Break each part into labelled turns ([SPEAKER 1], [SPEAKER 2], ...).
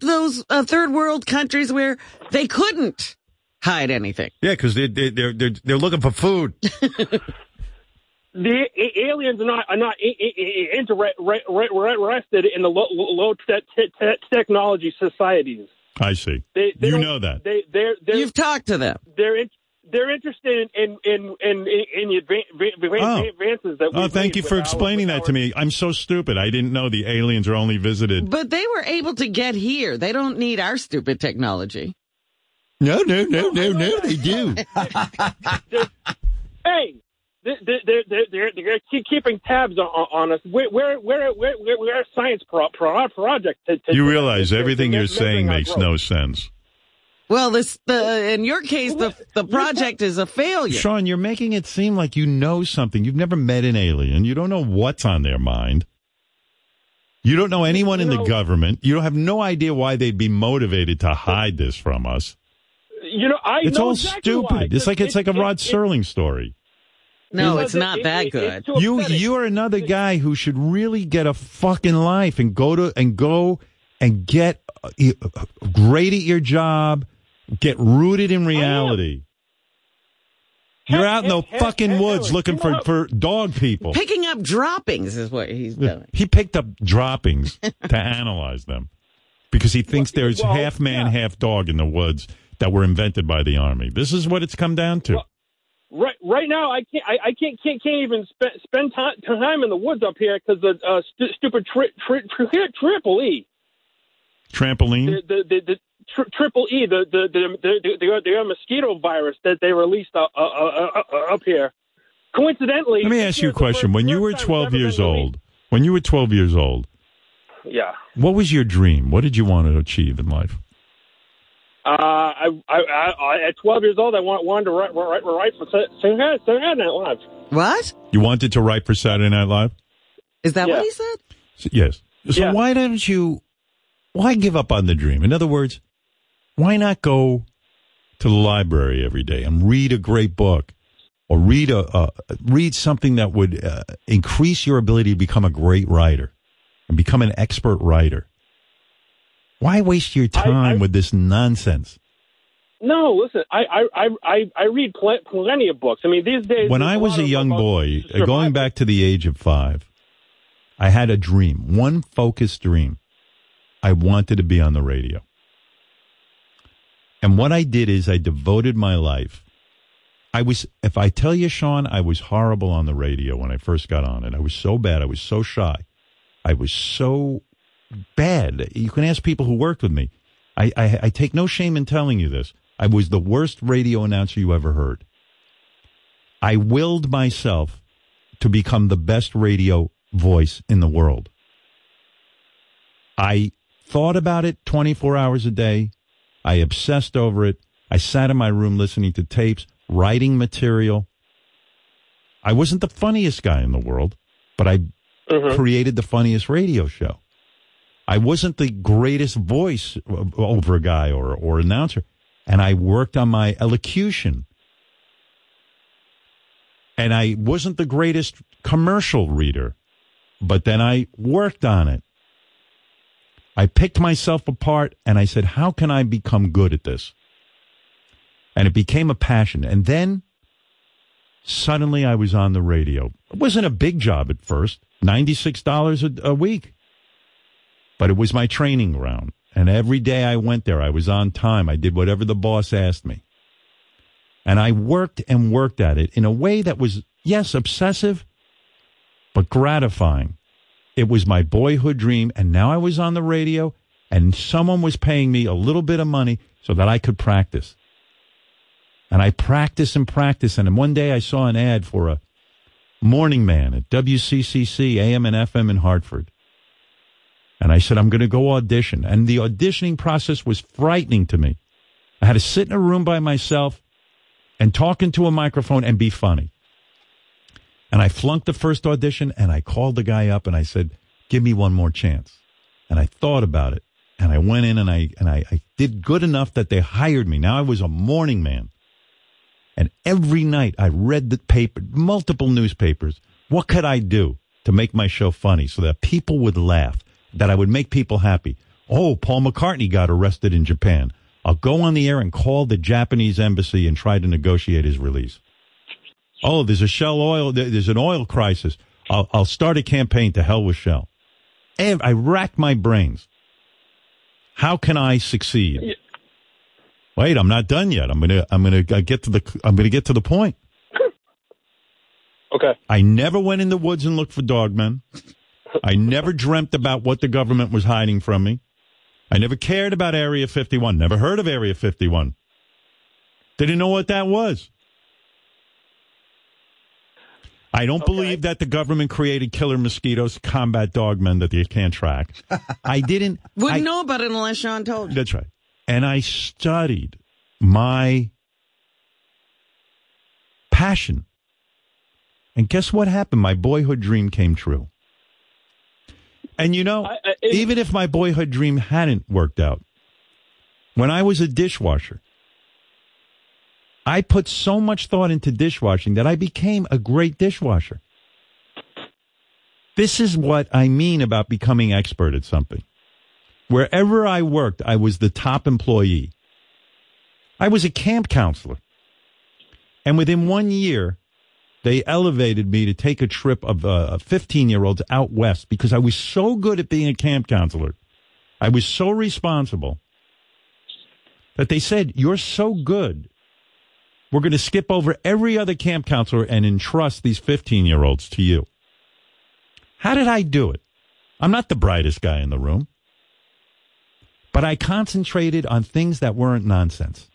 [SPEAKER 1] those uh, third world countries where they couldn't hide anything.
[SPEAKER 2] Yeah, because they, they, they're they're they're looking for food.
[SPEAKER 3] the a- aliens are not are not i- i- i- interested in the low, low te- te- te- technology societies.
[SPEAKER 4] I see.
[SPEAKER 3] They, they
[SPEAKER 4] you
[SPEAKER 3] don't-
[SPEAKER 4] know that.
[SPEAKER 3] they they're they're
[SPEAKER 1] You've talked to them.
[SPEAKER 3] they're in, they're interested in in in in, in the advan- advan- advan-
[SPEAKER 4] Oh.
[SPEAKER 3] advances that.
[SPEAKER 4] Oh,
[SPEAKER 3] we've
[SPEAKER 4] thank
[SPEAKER 3] made
[SPEAKER 4] you for
[SPEAKER 3] with our-
[SPEAKER 4] explaining
[SPEAKER 3] with
[SPEAKER 4] that to
[SPEAKER 3] our-
[SPEAKER 4] me. I'm so stupid. I didn't know the aliens are only visited.
[SPEAKER 1] But they were able to get here. They don't need our stupid technology.
[SPEAKER 4] No, no, no, no, no. They do.
[SPEAKER 3] Hey. They're, they're, they're, they're, they're keep keeping tabs on, on us. We're, we're, we're, we're, we're, we're a science pro, pro, project. To, to,
[SPEAKER 4] You realize
[SPEAKER 3] to- to-
[SPEAKER 4] everything
[SPEAKER 3] to
[SPEAKER 4] you're
[SPEAKER 3] measuring
[SPEAKER 4] saying
[SPEAKER 3] our
[SPEAKER 4] makes
[SPEAKER 3] growth.
[SPEAKER 4] no sense.
[SPEAKER 1] Well, this the in your case the the project is a failure.
[SPEAKER 4] Sean, you're making it seem like you know something. You've never met an alien. You don't know what's on their mind. You don't know anyone in the
[SPEAKER 3] No.
[SPEAKER 4] government. You have no idea why they'd be motivated to hide this from us.
[SPEAKER 3] You know, I
[SPEAKER 4] It's
[SPEAKER 3] know
[SPEAKER 4] all
[SPEAKER 3] exactly
[SPEAKER 4] stupid.
[SPEAKER 3] why.
[SPEAKER 4] It's like it's like a
[SPEAKER 3] it-
[SPEAKER 4] Rod
[SPEAKER 3] it-
[SPEAKER 4] Serling story.
[SPEAKER 1] No,
[SPEAKER 3] it-
[SPEAKER 1] it's not
[SPEAKER 3] it-
[SPEAKER 1] that
[SPEAKER 3] it-
[SPEAKER 1] good.
[SPEAKER 3] it's too
[SPEAKER 4] You
[SPEAKER 3] upsetting.
[SPEAKER 4] you are another guy who should really get a fucking life and go to and go and get uh, uh, great at your job, get rooted in reality. You're out in the
[SPEAKER 3] Heck, heck,
[SPEAKER 4] fucking
[SPEAKER 3] heck,
[SPEAKER 4] woods
[SPEAKER 3] Howard,
[SPEAKER 4] looking
[SPEAKER 3] you
[SPEAKER 4] for
[SPEAKER 3] know-
[SPEAKER 4] for dog people.
[SPEAKER 1] Picking up droppings is what he's doing.
[SPEAKER 4] He picked up droppings to analyze them because he thinks there's
[SPEAKER 3] Well,
[SPEAKER 4] half man,
[SPEAKER 3] yeah.
[SPEAKER 4] half dog in the woods that were invented by the army. This is what it's come down to.
[SPEAKER 3] Well, right right now I can't I, I can't, can't can't even spend spend time, time in the woods up here because the uh, stu stupid tri- tri- tri- triple E
[SPEAKER 4] Trampoline.
[SPEAKER 3] the the, the, the tri- triple E the the the, the, the, the the mosquito virus that they released uh, uh, uh, uh, uh, up here. Coincidentally,
[SPEAKER 4] Let me
[SPEAKER 3] this
[SPEAKER 4] ask you a
[SPEAKER 3] year's the
[SPEAKER 4] question.
[SPEAKER 3] first-
[SPEAKER 4] When you
[SPEAKER 3] first
[SPEAKER 4] were
[SPEAKER 3] time it's
[SPEAKER 4] 12
[SPEAKER 3] ever
[SPEAKER 4] years
[SPEAKER 3] been released.
[SPEAKER 4] old, when you were 12 years old,
[SPEAKER 3] yeah,
[SPEAKER 4] what was your dream? What did you want to achieve in life?
[SPEAKER 3] uh, I, I, I, I at 12 years old I want wanted to write write, write for Saturday Night Live.
[SPEAKER 1] What?
[SPEAKER 4] You wanted to write for Saturday Night Live?
[SPEAKER 1] Is that
[SPEAKER 3] Yeah.
[SPEAKER 1] what he said?
[SPEAKER 4] S- yes. So
[SPEAKER 3] Yeah.
[SPEAKER 4] why don't you? Why give up on the dream? In other words, why not go to the library every day and read a great book, or read a uh, read something that would uh, increase your ability to become a great writer and become an expert writer? Why waste your
[SPEAKER 3] I- I-
[SPEAKER 4] time with this nonsense?
[SPEAKER 3] No, listen, I I I I, I read pl- plenty of books. I mean, these days
[SPEAKER 4] when
[SPEAKER 3] there's
[SPEAKER 4] I was
[SPEAKER 3] lot
[SPEAKER 4] a
[SPEAKER 3] of
[SPEAKER 4] young
[SPEAKER 3] about
[SPEAKER 4] boy, uh,
[SPEAKER 3] survival.
[SPEAKER 4] going back to the age of five, I had a dream, one focused dream. I wanted to be on the radio. And what I did is I devoted my life. I was, if I tell you, Sean, I was horrible on the radio when I first got on it. I was so bad. I was so shy. I was so bad. You can ask people who worked with me. I, I, I take no shame in telling you this. I was the worst radio announcer you ever heard. I willed myself to become the best radio voice in the world. I thought about it 24 hours a day. I obsessed over it. I sat in my room listening to tapes, writing material. I wasn't the funniest guy in the world, but I created the funniest radio show. I wasn't the greatest voice o- over a guy or, or announcer, and I worked on my elocution and I wasn't the greatest commercial reader, but then I worked on it. I picked myself apart and I said, how can I become good at this? And it became a passion. And then suddenly I was on the radio. It wasn't a big job at first, $96 a, a week, but it was my training ground. And every day I went there, I was on time. I did whatever the boss asked me. And I worked and worked at it in a way that was, yes, obsessive, but gratifying. It was my boyhood dream. And now I was on the radio and someone was paying me a little bit of money so that I could practice. And I practiced and practiced. And then one day I saw an ad for a morning man at WCCC, AM and FM in Hartford. And I said, I'm going to go audition. And the auditioning process was frightening to me. I had to sit in a room by myself and talk into a microphone and be funny. And I flunked the first audition and I called the guy up and I said, give me one more chance. And I thought about it and I went in and I, and I, I did good enough that they hired me. Now I was a morning man. And every night I read the paper, multiple newspapers. What could I do to make my show funny so that people would laugh, that I would make people happy? Oh, Paul McCartney got arrested in Japan. I'll go on the air and call the Japanese embassy and try to negotiate his release. Oh, there's a Shell oil. there- There's an oil crisis. I'll, I'll start a campaign to hell with Shell. And I rack my brains. How can I succeed? Wait, I'm not done yet. I'm gonna, I'm gonna I get to the, I'm gonna get to the point.
[SPEAKER 3] Okay.
[SPEAKER 4] I never went in the woods and looked for dogmen. I never dreamt about what the government was hiding from me. I never cared about Area 51. Never heard of Area 51. Didn't know what that was. I don't believe that the government created killer mosquitoes, to combat dogmen that they can't track. I didn't.
[SPEAKER 1] Wouldn't
[SPEAKER 4] I-
[SPEAKER 1] know about it unless Sean told you.
[SPEAKER 4] that's right. And I studied my passion. And guess what happened? My boyhood dream came true. And you know,
[SPEAKER 3] I- I- it-
[SPEAKER 4] even if my boyhood dream hadn't worked out, when I was a dishwasher, I put so much thought into dishwashing that I became a great dishwasher. This is what I mean about becoming expert at something. Wherever I worked, I was the top employee. I was a camp counselor. And within one year, they elevated me to take a trip of uh, 15 year olds out west because I was so good at being a camp counselor. I was so responsible that they said, You're so good. We're going to skip over every other camp counselor and entrust these 15 year olds to you. How did I do it? I'm not the brightest guy in the room but I concentrated on things that weren't nonsense.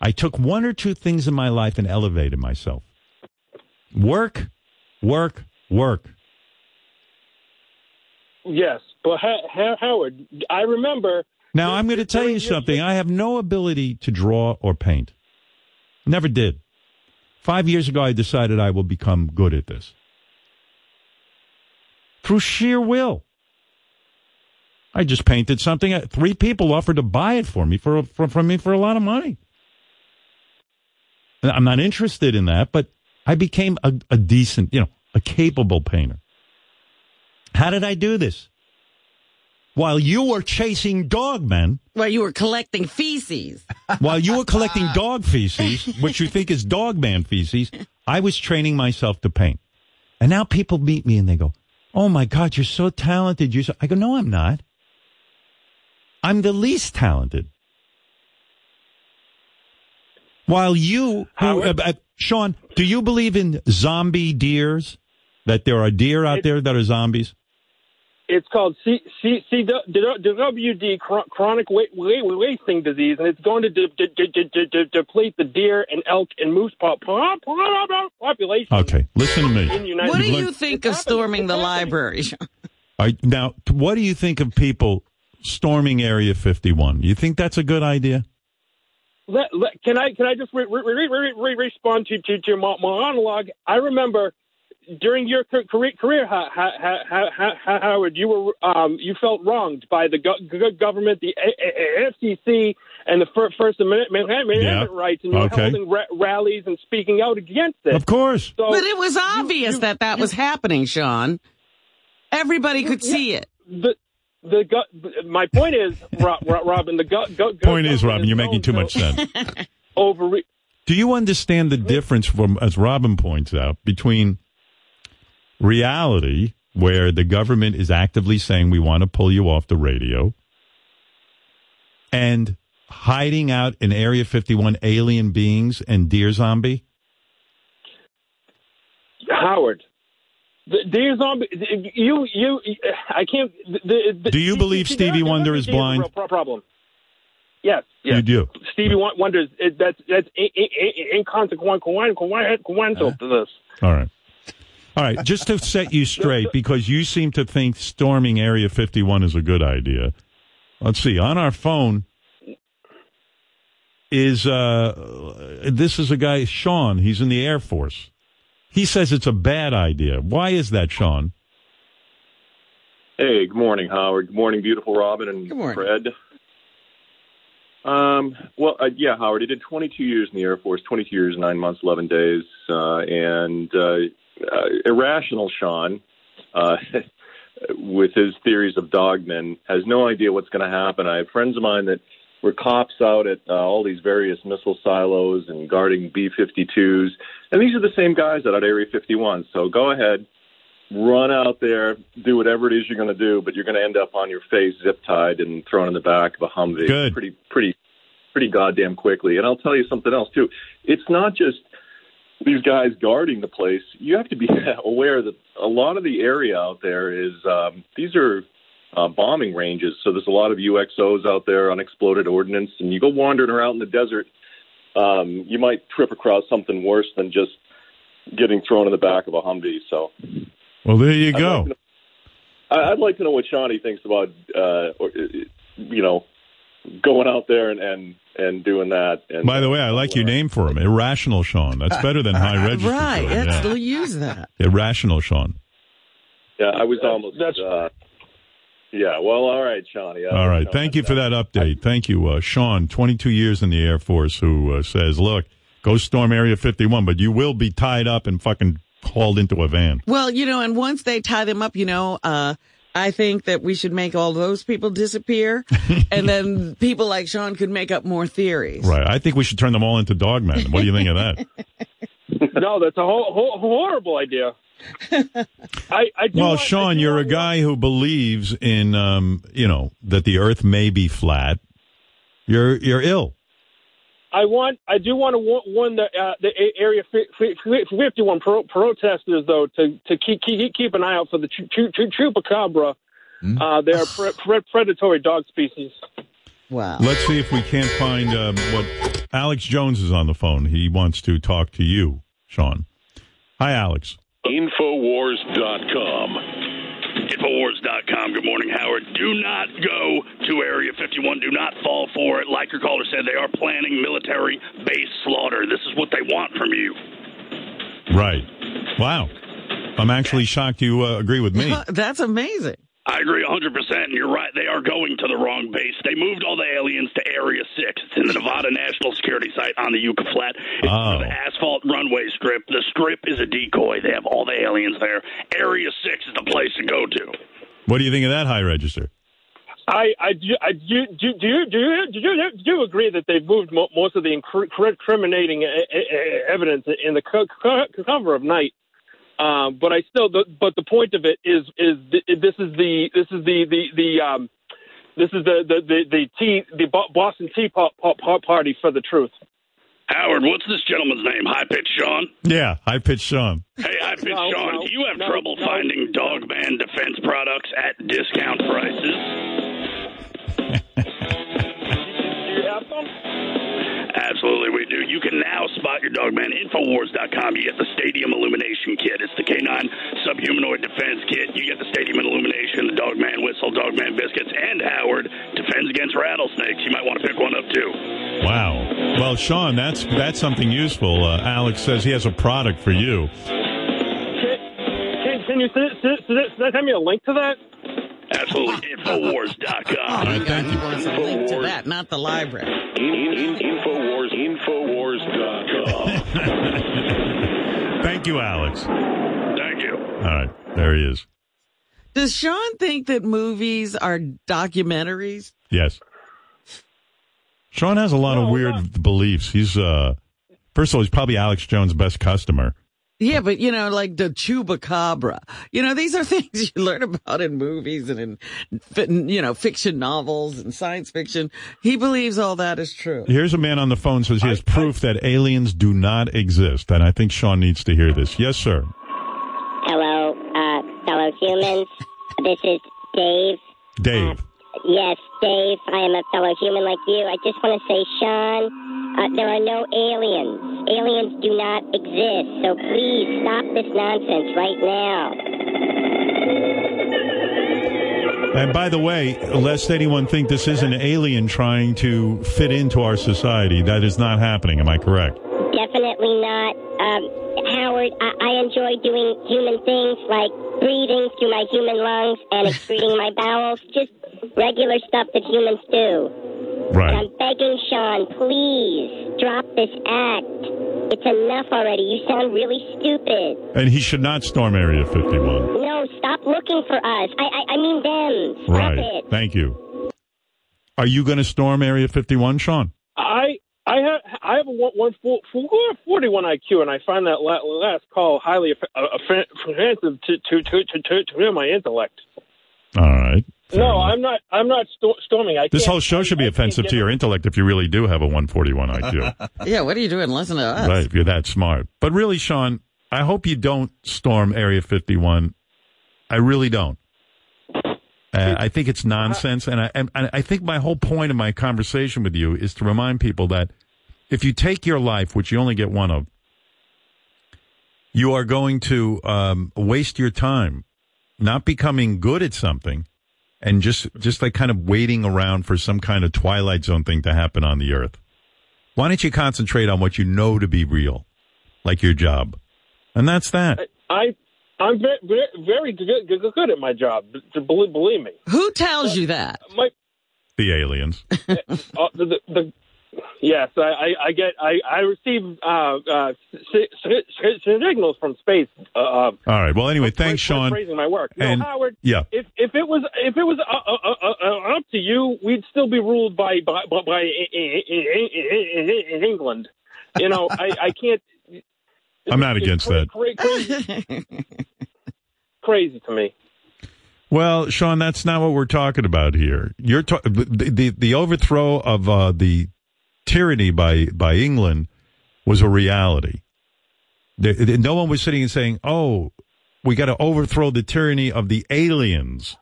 [SPEAKER 4] I took one or two things in my life and elevated myself. Work, work, work.
[SPEAKER 3] Yes, but ha- ha- Howard, I remember.
[SPEAKER 4] Now I'm going to tell you something. I have no ability to draw or paint. Never did. Five years ago, I decided I will become good at this. Through sheer will. I just painted something. Three people offered to buy it for me for, for from me for a lot of money. And I'm not interested in that, but I became a, a decent, you know, a capable painter. How did I do this? While you were chasing dogmen,
[SPEAKER 1] Well, you were collecting feces.
[SPEAKER 4] while you were collecting dog feces, which you think is dog man feces, I was training myself to paint. And now people meet me and they go, "Oh my God, you're so talented!" You're so... I go, "No, I'm not. I'm the least talented." While you, who, uh,
[SPEAKER 3] Howard?
[SPEAKER 4] uh, Sean, do you believe in zombie deers? That there are deer out there that are zombies?
[SPEAKER 3] It's called C- C- C- DWD, chro- chronic weight, weight wasting disease, and it's going to de- de- de- de- de- de- deplete the deer and elk and moose pop- pop- pop- pop- population.
[SPEAKER 4] Okay, listen to me.
[SPEAKER 3] In the United
[SPEAKER 1] What do
[SPEAKER 4] You've
[SPEAKER 1] you
[SPEAKER 4] learned-
[SPEAKER 1] think of
[SPEAKER 3] It's happening.
[SPEAKER 1] storming
[SPEAKER 3] It's
[SPEAKER 1] the
[SPEAKER 3] happening.
[SPEAKER 1] library? Sean?
[SPEAKER 4] All right, now, t- what do you think of people storming Area 51? You think that's a good idea?
[SPEAKER 3] let, let, can I can I just re, re, re, re, re, respond to, to, to your mo- monologue? I remember during your ca- career, career Ha- Ha- Ha- Ha- Ha- Ha- Howard, you were um, you felt wronged by the go- go- government, the A- A- A- FCC, and the fir- First Amendment, Amendment
[SPEAKER 4] Yeah.
[SPEAKER 3] rights, and you
[SPEAKER 4] Okay.
[SPEAKER 3] were holding ra- rallies and speaking out against it.
[SPEAKER 4] Of course.
[SPEAKER 3] So
[SPEAKER 1] But it was obvious that that was happening, Sean. Everybody could see it.
[SPEAKER 3] the the go- my point is, Ro- Ro- Robin, the go- go-
[SPEAKER 4] Point
[SPEAKER 3] government
[SPEAKER 4] is, Robin, you're making
[SPEAKER 3] known
[SPEAKER 4] too
[SPEAKER 3] to
[SPEAKER 4] much sense.
[SPEAKER 3] Overre-
[SPEAKER 4] Do you understand the difference from, as Robin points out, between reality, where the government is actively saying we want to pull you off the radio, and hiding out in Area 51 alien beings and deer zombie?
[SPEAKER 3] Howard. The, these zombie, you, you, I can't. The, the,
[SPEAKER 4] Do you believe
[SPEAKER 3] there-
[SPEAKER 4] Stevie
[SPEAKER 3] there
[SPEAKER 4] Wonder
[SPEAKER 3] be
[SPEAKER 4] is
[SPEAKER 3] a real
[SPEAKER 4] blind?
[SPEAKER 3] pro- problem. Yes, yes.
[SPEAKER 4] You do.
[SPEAKER 3] Stevie Won- Wonder is it, that's that's in, in, in, inconsequential to this.
[SPEAKER 4] All right. All right. Just to set you straight, because you seem to think storming Area 51 is a good idea. Let's see. On our phone is uh, this is a guy, Sean. He's in the Air Force. He says it's a bad idea. Why is that, Sean?
[SPEAKER 5] Hey, good morning, Howard. Good morning, beautiful Robin and
[SPEAKER 1] Good morning.
[SPEAKER 5] Fred. Um, well, uh, yeah, Howard, I did 22 years in the Air Force, 22 years, 9 months, 11 days, uh, and uh, uh, irrational Sean uh, with his theories of dogmen, has no idea what's going to happen. I have friends of mine that were cops out at uh, all these various missile silos and guarding B 52s. And these are the same guys out at Area 51. So go ahead, run out there, do whatever it is you're going to do, but you're going to end up on your face, zip tied, and thrown in the back of a Humvee.
[SPEAKER 4] Good.
[SPEAKER 5] Pretty, pretty, pretty goddamn quickly. And I'll tell you something else, too. It's not just these guys guarding the place, you have to be aware that a lot of the area out there is um, these are uh, bombing ranges. So there's a lot of UXOs out there, unexploded ordnance, and you go wandering around in the desert, um, you might trip across something worse than just getting thrown in the back of a Humvee. So
[SPEAKER 4] Well, there you
[SPEAKER 5] I'd
[SPEAKER 4] go.
[SPEAKER 5] like to know- I- I'd like to know what Shawnee thinks about, uh, or, uh, you know, going out there and and, and doing that. And
[SPEAKER 4] By the way, I like your name for him, Irrational Sean. That's better than High Register.
[SPEAKER 1] Right.
[SPEAKER 4] Sean,
[SPEAKER 1] Let's
[SPEAKER 4] yeah.
[SPEAKER 1] still use that.
[SPEAKER 4] Irrational Sean.
[SPEAKER 5] Yeah, I was almost.
[SPEAKER 3] that's-
[SPEAKER 5] uh, yeah. Well, all right, Shawnee.
[SPEAKER 4] All right. Thank you for that update. Thank you, uh, Sean, 22 years in the Air Force, who uh, says, look, go storm Area 51, but you will be tied up and fucking hauled into a van.
[SPEAKER 1] Well, you know, and once they tie them up, you know, uh, I think that we should make all those people disappear, and then people like Sean could make up more theories.
[SPEAKER 4] Right. I think we should turn them all into dogmen. What do you think of that?
[SPEAKER 3] no, that's a whole, whole, horrible idea. I, I do
[SPEAKER 4] Well,
[SPEAKER 3] want- I
[SPEAKER 4] Sean,
[SPEAKER 3] do
[SPEAKER 4] you're a
[SPEAKER 3] want-
[SPEAKER 4] guy who believes in, um, you know, that the earth may be flat. You're, you're ill.
[SPEAKER 3] I want. I do want to warn, warn the uh, the A- area fi- fi- fi- fifty-one pro- protesters, though, to to keep keep, keep an eye out for the chu- chu- chu- chupacabra. Uh, they are pre- pre- predatory dog species.
[SPEAKER 1] Wow.
[SPEAKER 4] Let's see if we can't find um, what Alex Jones is on the phone. He wants to talk to you, Sean. Hi, Alex.
[SPEAKER 6] Infowars.com. Infowars.com. Good morning, Howard. Do not go to Area 51. Do not fall for it. Like your caller said, they are planning military base slaughter. This is what they want from you.
[SPEAKER 4] Right. Wow. I'm actually shocked you uh, agree with me.
[SPEAKER 1] That's amazing.
[SPEAKER 6] I agree 100%. And you're right. They are going to the wrong base. They moved all the aliens to Area 6. It's in the Nevada National Security Site on the Yucca Flat. It's
[SPEAKER 4] Oh.
[SPEAKER 6] the asphalt runway strip. The strip is a decoy. They have all the aliens there. Area 6 is the place to go to.
[SPEAKER 4] What do you think of that high register?
[SPEAKER 3] I I do I do do do you do you, do you, do you agree that they've moved mo- most of the incri- cri- incriminating e- e- e- evidence in the co- co- cover of night. Um, but I still, the, but the point of it is, is th- this is the this is the the the um, this is the the the, the tea the Bo- Boston Tea Pot, Pot, Pot Party for the truth.
[SPEAKER 6] Howard, what's this gentleman's name? High pitch Sean?
[SPEAKER 4] Yeah, high pitched Sean.
[SPEAKER 6] Hey, I've been
[SPEAKER 3] No,
[SPEAKER 6] Sean.
[SPEAKER 3] no,
[SPEAKER 6] Do you have
[SPEAKER 3] no,
[SPEAKER 6] trouble
[SPEAKER 3] no.
[SPEAKER 6] finding dog man defense products at discount prices?
[SPEAKER 3] Do you have some?
[SPEAKER 6] Absolutely, we do. You can now spot your dog man. Infowars.com. You get the Stadium Illumination Kit. It's the canine subhumanoid defense kit. You get the Stadium Illumination, the dog man whistle, dog man biscuits, and Howard defends against rattlesnakes. You might want to pick one up too.
[SPEAKER 4] Wow. Well, Sean, that's that's something useful. Uh, Alex says he has a product for you.
[SPEAKER 3] Can, can, can you send, send, send, send me a link to that?
[SPEAKER 6] Absolutely,
[SPEAKER 1] Oh,
[SPEAKER 6] Infowars.com.
[SPEAKER 1] my
[SPEAKER 4] right,
[SPEAKER 1] God,
[SPEAKER 4] thank
[SPEAKER 1] he
[SPEAKER 4] you.
[SPEAKER 1] wants a link to that, not the library.
[SPEAKER 6] Infowars, uh, Infowars.com.
[SPEAKER 4] Thank you, Alex. All
[SPEAKER 6] Thank you.
[SPEAKER 4] right, there he is.
[SPEAKER 1] Does Sean think that movies are documentaries?
[SPEAKER 4] Yes. Sean has a lot of weird beliefs. He's uh first of all, he's probably Alex Jones' best customer.
[SPEAKER 1] Yeah, but you know, like the chupacabra. You know, these are things you learn about in movies and in, fi- you know, fiction novels and science fiction. He believes all that is true.
[SPEAKER 4] Here's a man on the phone says he has proof that aliens do not exist, and I think Sean needs to hear this. Yes, sir.
[SPEAKER 7] Hello, uh, fellow humans. this is Dave.
[SPEAKER 4] Dave.
[SPEAKER 7] Yes, Dave, I am a fellow human like you. I just want to say, Sean, uh, there are no aliens. Aliens do not exist. So please stop this nonsense right now.
[SPEAKER 4] And by the way, lest anyone think this is an alien trying to fit into our society, that is not happening. Am I correct?
[SPEAKER 7] Definitely not. Um, Howard, I, I enjoy doing human things like breathing through my human lungs and excreting my bowels. Just regular stuff that humans do.
[SPEAKER 4] Right.
[SPEAKER 7] And I'm begging Sean, please drop this act. It's enough already. You sound really stupid.
[SPEAKER 4] And he should not storm Area 51.
[SPEAKER 7] No, stop looking for us. I I, I mean them. Stop
[SPEAKER 4] Right.
[SPEAKER 7] it.
[SPEAKER 4] Thank you. Are you going to storm Area 51, Sean?
[SPEAKER 3] I I have I have a one, one four, four, 41 IQ, and I find that la- last call highly off- uh, offen- offensive to to to to, to, to my intellect.
[SPEAKER 4] All right.
[SPEAKER 3] no, I'm not. I'm not sto- storming. I
[SPEAKER 4] This
[SPEAKER 3] can't-
[SPEAKER 4] whole show should be
[SPEAKER 3] I
[SPEAKER 4] offensive
[SPEAKER 3] can't
[SPEAKER 4] to
[SPEAKER 3] get
[SPEAKER 4] your
[SPEAKER 3] it.
[SPEAKER 4] intellect if you really do have a 141 IQ.
[SPEAKER 1] Yeah, what are you doing? Listen to us.
[SPEAKER 4] right, if you're that smart. But really, Sean, I hope you don't storm Area 51. I really don't. Uh, I think it's nonsense, and I and, and I think my whole point of my conversation with you is to remind people that if you take your life, which you only get one of, you are going to um, waste your time not becoming good at something and just just like kind of waiting around for some kind of twilight zone thing to happen on the earth. Why don't you concentrate on what you know to be real, like your job, and that's that.
[SPEAKER 3] I I'm very very good, good, good at my job. b- b- Believe, believe me.
[SPEAKER 1] Who tells you that?
[SPEAKER 3] My
[SPEAKER 4] The aliens.
[SPEAKER 3] uh, the, the, the yes, I, I, I get I I receive uh, uh, si- si- si- signals from space. Uh, uh,
[SPEAKER 4] All right. Well, anyway, thanks,
[SPEAKER 3] for- for
[SPEAKER 4] Sean.
[SPEAKER 3] Praising my work. No,
[SPEAKER 4] And-
[SPEAKER 3] Howard.
[SPEAKER 4] yeah.
[SPEAKER 3] If if it was if it was uh, uh, uh, uh, up to you, we'd still be ruled by by by, by in, England. You know, I, I can't.
[SPEAKER 4] I'm not
[SPEAKER 3] it's
[SPEAKER 4] against
[SPEAKER 3] cra-
[SPEAKER 4] that.
[SPEAKER 3] cra- Crazy, crazy to me.
[SPEAKER 4] Well, Sean, that's not what we're talking about here. You're ta- the, the the overthrow of uh, the tyranny by by England was a reality. There, there- no one was sitting and saying, "Oh, we got to overthrow the tyranny of the aliens."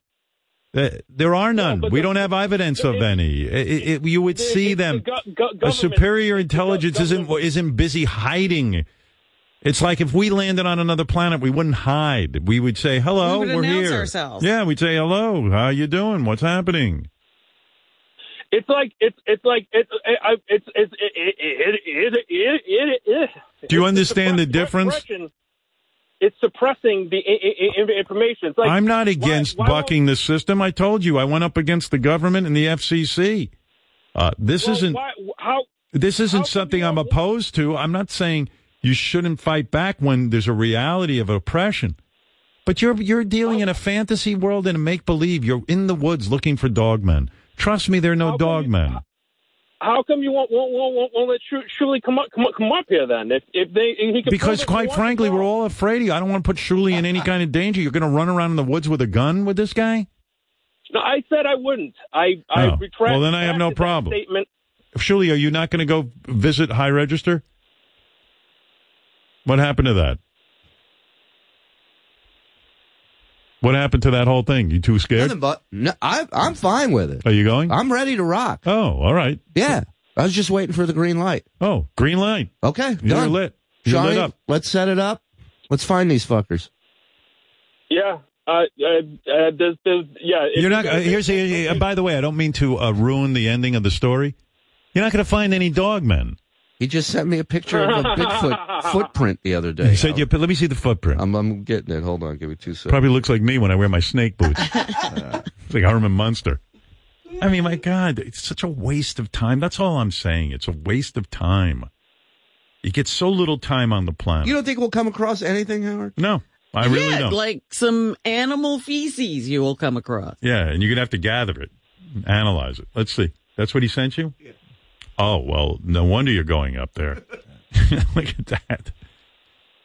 [SPEAKER 4] There, there are none.
[SPEAKER 3] but
[SPEAKER 4] we
[SPEAKER 3] the-
[SPEAKER 4] don't have evidence of any. It, it, it- you would see
[SPEAKER 3] It's the
[SPEAKER 4] them.
[SPEAKER 3] go- go-
[SPEAKER 4] a
[SPEAKER 3] government-
[SPEAKER 4] superior
[SPEAKER 3] it's the go-
[SPEAKER 4] intelligence isn't
[SPEAKER 3] government-
[SPEAKER 4] isn't busy hiding. It's like if we landed on another planet, we wouldn't hide. We would say, "Hello,
[SPEAKER 1] We would
[SPEAKER 4] are
[SPEAKER 1] announce
[SPEAKER 4] here."
[SPEAKER 1] ourselves.
[SPEAKER 4] Yeah, we'd say, "Hello, how you doing? What's happening?"
[SPEAKER 3] It's like it's it's like it's I- I- it's it's it it it it. it, it, it, it
[SPEAKER 4] Do you understand the
[SPEAKER 3] suppress-
[SPEAKER 4] difference?
[SPEAKER 3] suppression. It's suppressing the i- i- i- information. It's like
[SPEAKER 4] I'm not
[SPEAKER 3] why-
[SPEAKER 4] against
[SPEAKER 3] why won't-
[SPEAKER 4] bucking the system. I told you, I went up against the government and the FCC. Uh, this
[SPEAKER 3] well,
[SPEAKER 4] isn't
[SPEAKER 3] why- how
[SPEAKER 4] this
[SPEAKER 3] how
[SPEAKER 4] isn't
[SPEAKER 3] come
[SPEAKER 4] something
[SPEAKER 3] you
[SPEAKER 4] I'm
[SPEAKER 3] don't-
[SPEAKER 4] opposed to. I'm not saying you shouldn't fight back when there's a reality of oppression. But you're you're dealing in a fantasy world and a make believe. You're in the woods looking for dogmen. Trust me, there are no
[SPEAKER 3] How come you-
[SPEAKER 4] dogmen.
[SPEAKER 3] how come you won't won't won't, won't, won't let Shu- Shuley come up come up, come up here then? If if they if he can prove
[SPEAKER 4] Because,
[SPEAKER 3] it,
[SPEAKER 4] quite
[SPEAKER 3] why-
[SPEAKER 4] frankly, we're all afraid of you. I don't want to put Shuli in any kind of danger. You're going to run around in the woods with a gun with this guy?
[SPEAKER 3] No, I said I wouldn't. I I
[SPEAKER 4] Oh.
[SPEAKER 3] retract.
[SPEAKER 4] Well, then I have no
[SPEAKER 3] retracted that
[SPEAKER 4] problem.
[SPEAKER 3] Statement.
[SPEAKER 4] Shuli, are you not going to go visit High Register? What happened to that? What happened to that whole thing? You too scared?
[SPEAKER 8] Nothing but no, I, I'm fine with it.
[SPEAKER 4] Are you going?
[SPEAKER 8] I'm ready to rock.
[SPEAKER 4] Oh, all right.
[SPEAKER 8] Yeah, I was just waiting for the green light.
[SPEAKER 4] Oh, green light.
[SPEAKER 8] Okay,
[SPEAKER 4] You're
[SPEAKER 8] done.
[SPEAKER 4] lit. You're
[SPEAKER 8] Johnny,
[SPEAKER 4] lit up.
[SPEAKER 8] Let's set it up. Let's find these fuckers.
[SPEAKER 3] Yeah. Uh, uh, uh, there's, there's, yeah. if
[SPEAKER 4] You're not.
[SPEAKER 3] you
[SPEAKER 4] Uh,
[SPEAKER 3] guys-
[SPEAKER 4] here's the. Uh, by the way, I don't mean to uh, ruin the ending of the story. You're not going to find any dogmen.
[SPEAKER 8] He just sent me a picture of a Bigfoot footprint the other day.
[SPEAKER 4] He said, you, "Let me see the footprint."
[SPEAKER 8] I'm, I'm getting it. Hold on, give me two seconds.
[SPEAKER 4] Probably looks like me when I wear my snake boots. it's like Herman Munster. I mean, my God, it's such a waste of time. That's all I'm saying. It's a waste of time. You get so little time on the planet.
[SPEAKER 8] You don't think we'll come across anything, Howard?
[SPEAKER 4] no, I really
[SPEAKER 1] yeah,
[SPEAKER 4] don't.
[SPEAKER 1] like some animal feces you will come across.
[SPEAKER 4] yeah, and you're gonna have to gather it, analyze it. Let's see. That's what he sent you. Oh well, no wonder you're going up there. Look at that.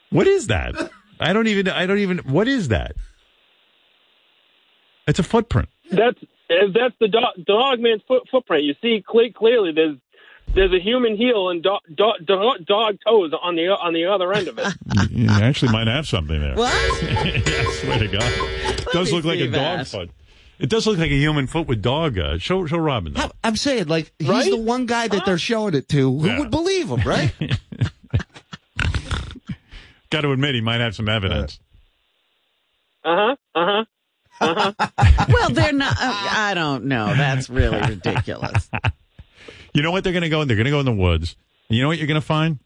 [SPEAKER 4] What is that? I don't even. I don't even. What is that? It's a footprint.
[SPEAKER 3] That's uh, that's the dog, dog man's foot, footprint. You see cle clearly. There's there's a human heel and dog, dog, dog, dog toes on the on the other end of it.
[SPEAKER 4] You actually might have something there.
[SPEAKER 1] What?
[SPEAKER 4] I swear to God. It does
[SPEAKER 1] me
[SPEAKER 4] look like
[SPEAKER 1] see
[SPEAKER 4] a dog
[SPEAKER 1] that.
[SPEAKER 4] foot. It does look like a human foot with dog. Uh, show, show Robin that.
[SPEAKER 8] How- I'm saying, like, he's
[SPEAKER 3] Right?
[SPEAKER 8] the one guy that they're showing it to. Who
[SPEAKER 4] Yeah.
[SPEAKER 8] would believe him, right?
[SPEAKER 4] Got to admit, he might have some evidence.
[SPEAKER 3] Uh huh. Uh huh.
[SPEAKER 1] well, they're not. uh, I I don't know. Uh, That's really ridiculous.
[SPEAKER 4] you know what they're going to go in? They're going to go in the woods. And you know what you're going to find?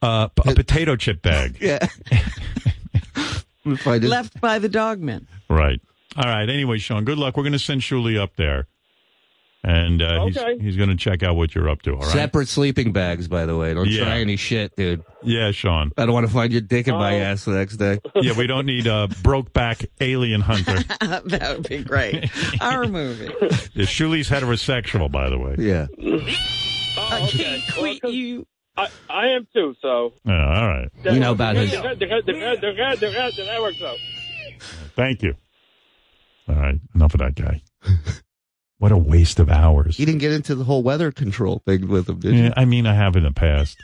[SPEAKER 4] Uh, p- a potato chip bag.
[SPEAKER 8] yeah. if I did,
[SPEAKER 1] Left by the dogmen.
[SPEAKER 4] Right. All right. Anyway, Sean, good luck. We're going to send Shuli up there. and uh,
[SPEAKER 3] Okay.
[SPEAKER 4] he's, he's going to check out what you're up to. All right.
[SPEAKER 8] Separate sleeping bags, by the way. Don't
[SPEAKER 4] Yeah.
[SPEAKER 8] try any shit, dude.
[SPEAKER 4] yeah, Sean.
[SPEAKER 8] I don't want to find your dick in my
[SPEAKER 3] Oh.
[SPEAKER 8] ass the next day.
[SPEAKER 4] Yeah, we don't need a broke back alien hunter.
[SPEAKER 1] that would be great. Our movie.
[SPEAKER 4] Yeah, Shuli's heterosexual, by the way.
[SPEAKER 8] Yeah.
[SPEAKER 1] I
[SPEAKER 3] Oh, okay.
[SPEAKER 1] can't quit
[SPEAKER 3] Well, 'cause
[SPEAKER 1] you.
[SPEAKER 3] I, I am too, so.
[SPEAKER 4] Yeah, all right.
[SPEAKER 8] You know about his-
[SPEAKER 3] The, the, the, the, the, the, that works out.
[SPEAKER 4] Thank you. All right. Enough of that guy. What a waste of hours.
[SPEAKER 8] You didn't get into the whole weather control thing with him, did you?
[SPEAKER 4] Yeah, I mean, I have in the past.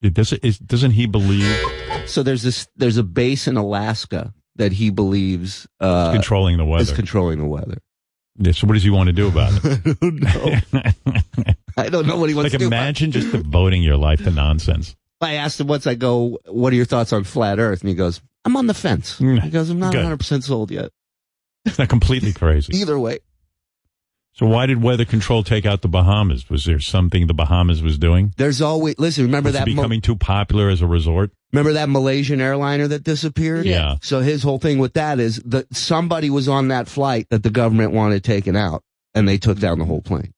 [SPEAKER 4] It doesn't, is, doesn't he believe
[SPEAKER 8] So there's this there's a base in Alaska that he believes uh,
[SPEAKER 4] controlling the
[SPEAKER 8] is
[SPEAKER 4] weather?
[SPEAKER 8] controlling the weather.
[SPEAKER 4] Yeah, so what does he want to do about it?
[SPEAKER 8] I don't know. I don't know what he wants
[SPEAKER 4] like
[SPEAKER 8] to do.
[SPEAKER 4] imagine just devoting your life to nonsense.
[SPEAKER 8] I asked him once. I go, "What are your thoughts on flat Earth?" And he goes, "I'm on the fence."
[SPEAKER 4] Mm.
[SPEAKER 8] He goes, "I'm not
[SPEAKER 4] Good.
[SPEAKER 8] 100 percent sold yet."
[SPEAKER 4] It's not completely crazy.
[SPEAKER 8] Either way,
[SPEAKER 4] So why did weather control take out the Bahamas? Was there something the Bahamas was doing?
[SPEAKER 8] there's always listen. Remember
[SPEAKER 4] Was it
[SPEAKER 8] that? Mo-
[SPEAKER 4] becoming too popular as a resort?
[SPEAKER 8] remember that Malaysian airliner that disappeared?
[SPEAKER 4] Yeah.
[SPEAKER 8] So his whole thing with that is that somebody was on that flight that the government wanted taken out, and they took down the whole plane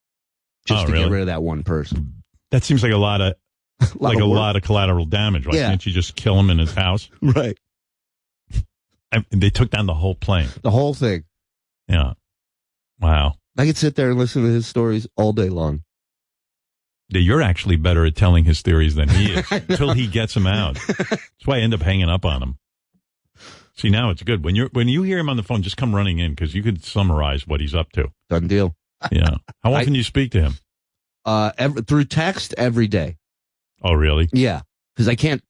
[SPEAKER 8] just
[SPEAKER 4] Oh,
[SPEAKER 8] to
[SPEAKER 4] really?
[SPEAKER 8] get rid of that one person.
[SPEAKER 4] That seems like a lot of like a
[SPEAKER 8] of work.
[SPEAKER 4] lot of collateral damage. Why
[SPEAKER 8] Yeah.
[SPEAKER 4] can't you just kill him in his house?
[SPEAKER 8] right?
[SPEAKER 4] I, they took down the whole plane.
[SPEAKER 8] The whole thing.
[SPEAKER 4] Yeah. Wow.
[SPEAKER 8] I could sit there and listen to his stories all day long.
[SPEAKER 4] Yeah, You're actually better at telling his theories than he is until he gets them out. That's why I end up hanging up on him. See, now it's good. When you're, when you hear him on the phone, just come running in because you could summarize what he's up to.
[SPEAKER 8] Done deal.
[SPEAKER 4] Yeah. How often do you speak to him?
[SPEAKER 8] Uh, ev through text every day.
[SPEAKER 4] Oh, really?
[SPEAKER 8] Yeah, because I can't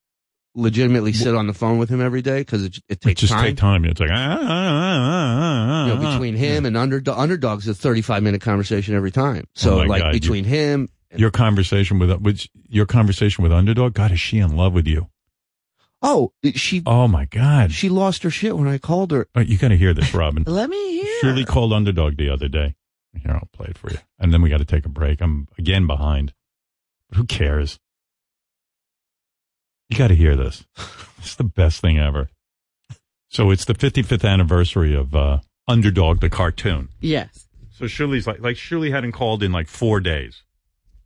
[SPEAKER 8] legitimately sit on the phone with him every day because it, it takes
[SPEAKER 4] just
[SPEAKER 8] time.
[SPEAKER 4] take time. It's like, ah, ah, ah, ah, ah,
[SPEAKER 8] You know,
[SPEAKER 4] ah.
[SPEAKER 8] between him and under underdogs, a thirty-five minute conversation every time. So,
[SPEAKER 4] Oh my
[SPEAKER 8] like
[SPEAKER 4] God, you-
[SPEAKER 8] between him,
[SPEAKER 4] your conversation with, which your conversation with underdog, God, is she in love with you?
[SPEAKER 8] oh, she
[SPEAKER 4] Oh my God.
[SPEAKER 8] she lost her shit when I called her.
[SPEAKER 4] All right, you got to hear this, Robin.
[SPEAKER 1] Let me hear.
[SPEAKER 4] Shirley called underdog the other day. Here, I'll play it for you. And then we got to take a break. I'm again behind. Who cares? You got to hear this. It's the best thing ever. So it's the 55th anniversary of uh, Underdog, the cartoon.
[SPEAKER 1] yes.
[SPEAKER 4] So Shirley's like, like Shirley hadn't called in like four days.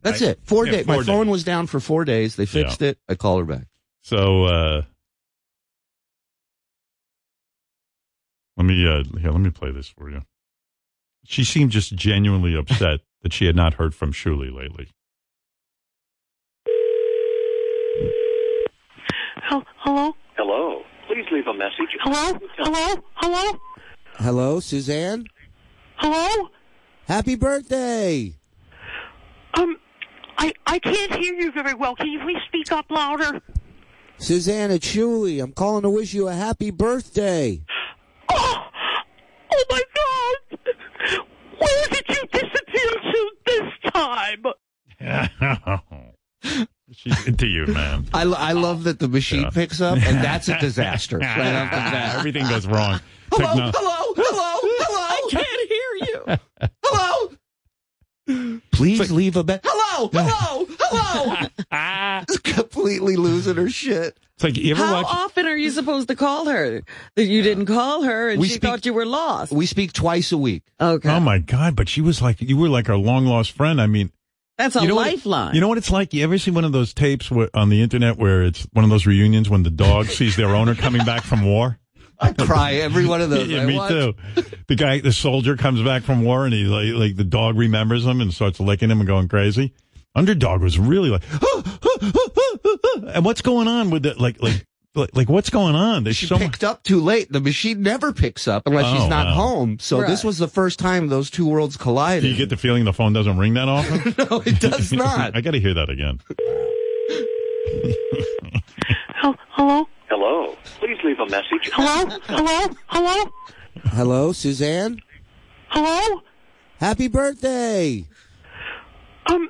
[SPEAKER 8] That's
[SPEAKER 4] I-
[SPEAKER 8] it. Four
[SPEAKER 4] yeah,
[SPEAKER 8] days. My
[SPEAKER 4] four
[SPEAKER 8] phone
[SPEAKER 4] days.
[SPEAKER 8] was down for four days. They fixed it. I called her back.
[SPEAKER 4] So uh, let me uh, here, let me play this for you. She seemed just genuinely upset that she had not heard from Shuli lately.
[SPEAKER 9] Hello?
[SPEAKER 6] Hello. Please leave a message.
[SPEAKER 9] Hello? Hello? Hello?
[SPEAKER 8] Hello, Suzanne.
[SPEAKER 9] Hello?
[SPEAKER 8] Happy birthday.
[SPEAKER 9] Um, I, I can't hear you very well. Can you please speak up louder?
[SPEAKER 8] Suzanne, it's Shuli. I'm calling to wish you a happy birthday.
[SPEAKER 9] Oh, oh my God! Where did you disappear to this time?
[SPEAKER 4] She's into you, man.
[SPEAKER 8] I, lo- I love that the machine
[SPEAKER 4] Yeah.
[SPEAKER 8] picks up, and that's a disaster. right off the bat.
[SPEAKER 4] Everything goes wrong. Techno-
[SPEAKER 8] hello, hello,
[SPEAKER 1] I
[SPEAKER 8] hello,
[SPEAKER 1] can't hear you.
[SPEAKER 8] hello. Please
[SPEAKER 4] It's like-
[SPEAKER 8] leave a bet. Hello, hello, hello.
[SPEAKER 4] Ah.
[SPEAKER 8] Just completely losing her shit.
[SPEAKER 4] It's like you ever
[SPEAKER 1] How
[SPEAKER 4] watch?
[SPEAKER 1] often are you supposed to call her? That you didn't call her and
[SPEAKER 8] We
[SPEAKER 1] she
[SPEAKER 8] speak-
[SPEAKER 1] thought you were lost.
[SPEAKER 8] We speak twice a week.
[SPEAKER 1] okay.
[SPEAKER 4] Oh my God! But she was like, you were like our long lost friend. I mean,
[SPEAKER 1] That's a
[SPEAKER 4] you know what-
[SPEAKER 1] lifeline.
[SPEAKER 4] You know what it's like? You ever see one of those tapes where, on the internet where it's one of those reunions when the dog sees their owner coming back from war?
[SPEAKER 8] I cry every one of those.
[SPEAKER 4] Yeah,
[SPEAKER 8] I
[SPEAKER 4] me
[SPEAKER 8] watch.
[SPEAKER 4] too. The guy, the soldier comes back from war and he like, like the dog remembers him and starts licking him and going crazy. Underdog was really like, and what's going on with it? Like, like, like, like what's going on? There's
[SPEAKER 8] She
[SPEAKER 4] so much.
[SPEAKER 8] picked up too late. The machine never picks up unless
[SPEAKER 4] Oh,
[SPEAKER 8] she's not
[SPEAKER 4] wow.
[SPEAKER 8] home. So this
[SPEAKER 1] Right.
[SPEAKER 8] was the first time those two worlds collided.
[SPEAKER 4] Do you get the feeling the phone doesn't ring that often?
[SPEAKER 8] no, it does not.
[SPEAKER 4] I got to hear that again.
[SPEAKER 9] Hel- Hello?
[SPEAKER 6] Hello. Please leave a message.
[SPEAKER 9] Hello? Hello? Hello?
[SPEAKER 8] Hello, Suzanne.
[SPEAKER 9] Hello?
[SPEAKER 8] Happy birthday.
[SPEAKER 9] Um,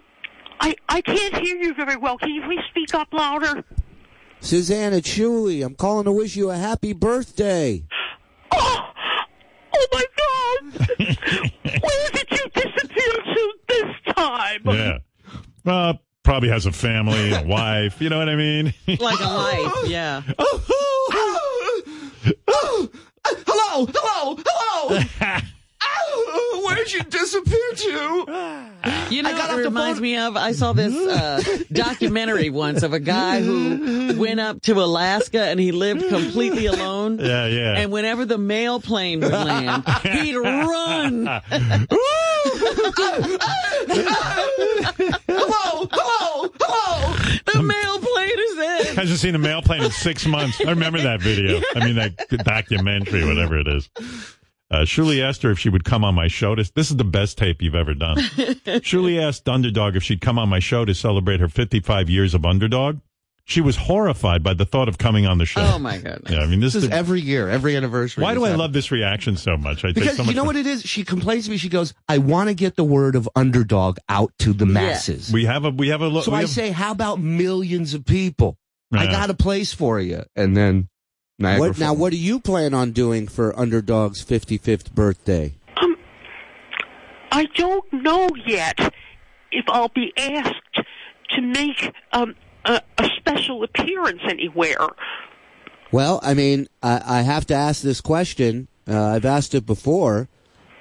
[SPEAKER 9] I, I can't hear you very well. Can you please speak up louder?
[SPEAKER 8] Suzanne, it's Shuli. I'm calling to wish you a happy birthday.
[SPEAKER 9] Oh, oh my God! Where did you disappear to this time?
[SPEAKER 4] Yeah. Well, probably has a family, a wife. You know what I mean?
[SPEAKER 1] like a life. Yeah.
[SPEAKER 8] hello, hello, hello. Where'd you disappear to?
[SPEAKER 1] You know,
[SPEAKER 8] I got
[SPEAKER 1] what
[SPEAKER 8] off
[SPEAKER 1] it
[SPEAKER 8] the
[SPEAKER 1] reminds
[SPEAKER 8] phone-
[SPEAKER 1] me of I saw this uh, documentary once of a guy who went up to Alaska and he lived completely alone.
[SPEAKER 4] Yeah, yeah.
[SPEAKER 1] And whenever the mail plane would land, he'd run.
[SPEAKER 8] hello, hello, hello.
[SPEAKER 1] The mail plane is in.
[SPEAKER 4] Hasn't seen a mail plane in six months. I remember that video. I mean, that documentary, whatever it is. Uh, Shirley asked her if she would come on my show. To, this is the best tape you've ever done. Shirley asked Underdog if she'd come on my show to celebrate her 55 years of Underdog. She was horrified by the thought of coming on the show.
[SPEAKER 1] Oh my goodness.
[SPEAKER 4] Yeah, I mean, this,
[SPEAKER 8] This
[SPEAKER 4] is
[SPEAKER 8] is every year, every anniversary.
[SPEAKER 4] why
[SPEAKER 8] this
[SPEAKER 4] do I
[SPEAKER 8] happens.
[SPEAKER 4] love this reaction so much? I take
[SPEAKER 8] Because
[SPEAKER 4] so
[SPEAKER 8] you
[SPEAKER 4] much
[SPEAKER 8] know what it is? She complains to me. She goes, I want to get the word of underdog out to the masses.
[SPEAKER 4] we have a we have a look.
[SPEAKER 8] so
[SPEAKER 4] we
[SPEAKER 8] I
[SPEAKER 4] have-
[SPEAKER 8] say, how about millions of people? I
[SPEAKER 4] Yeah.
[SPEAKER 8] got a place for you. And then Niagara
[SPEAKER 10] What, now,
[SPEAKER 8] Falls.
[SPEAKER 10] what do you plan on doing for Underdog's 55th birthday?
[SPEAKER 9] Um, I don't know yet if I'll be asked to make um, a, a special appearance anywhere.
[SPEAKER 10] Well, I mean, I, I have to ask this question. Uh, I've asked it before,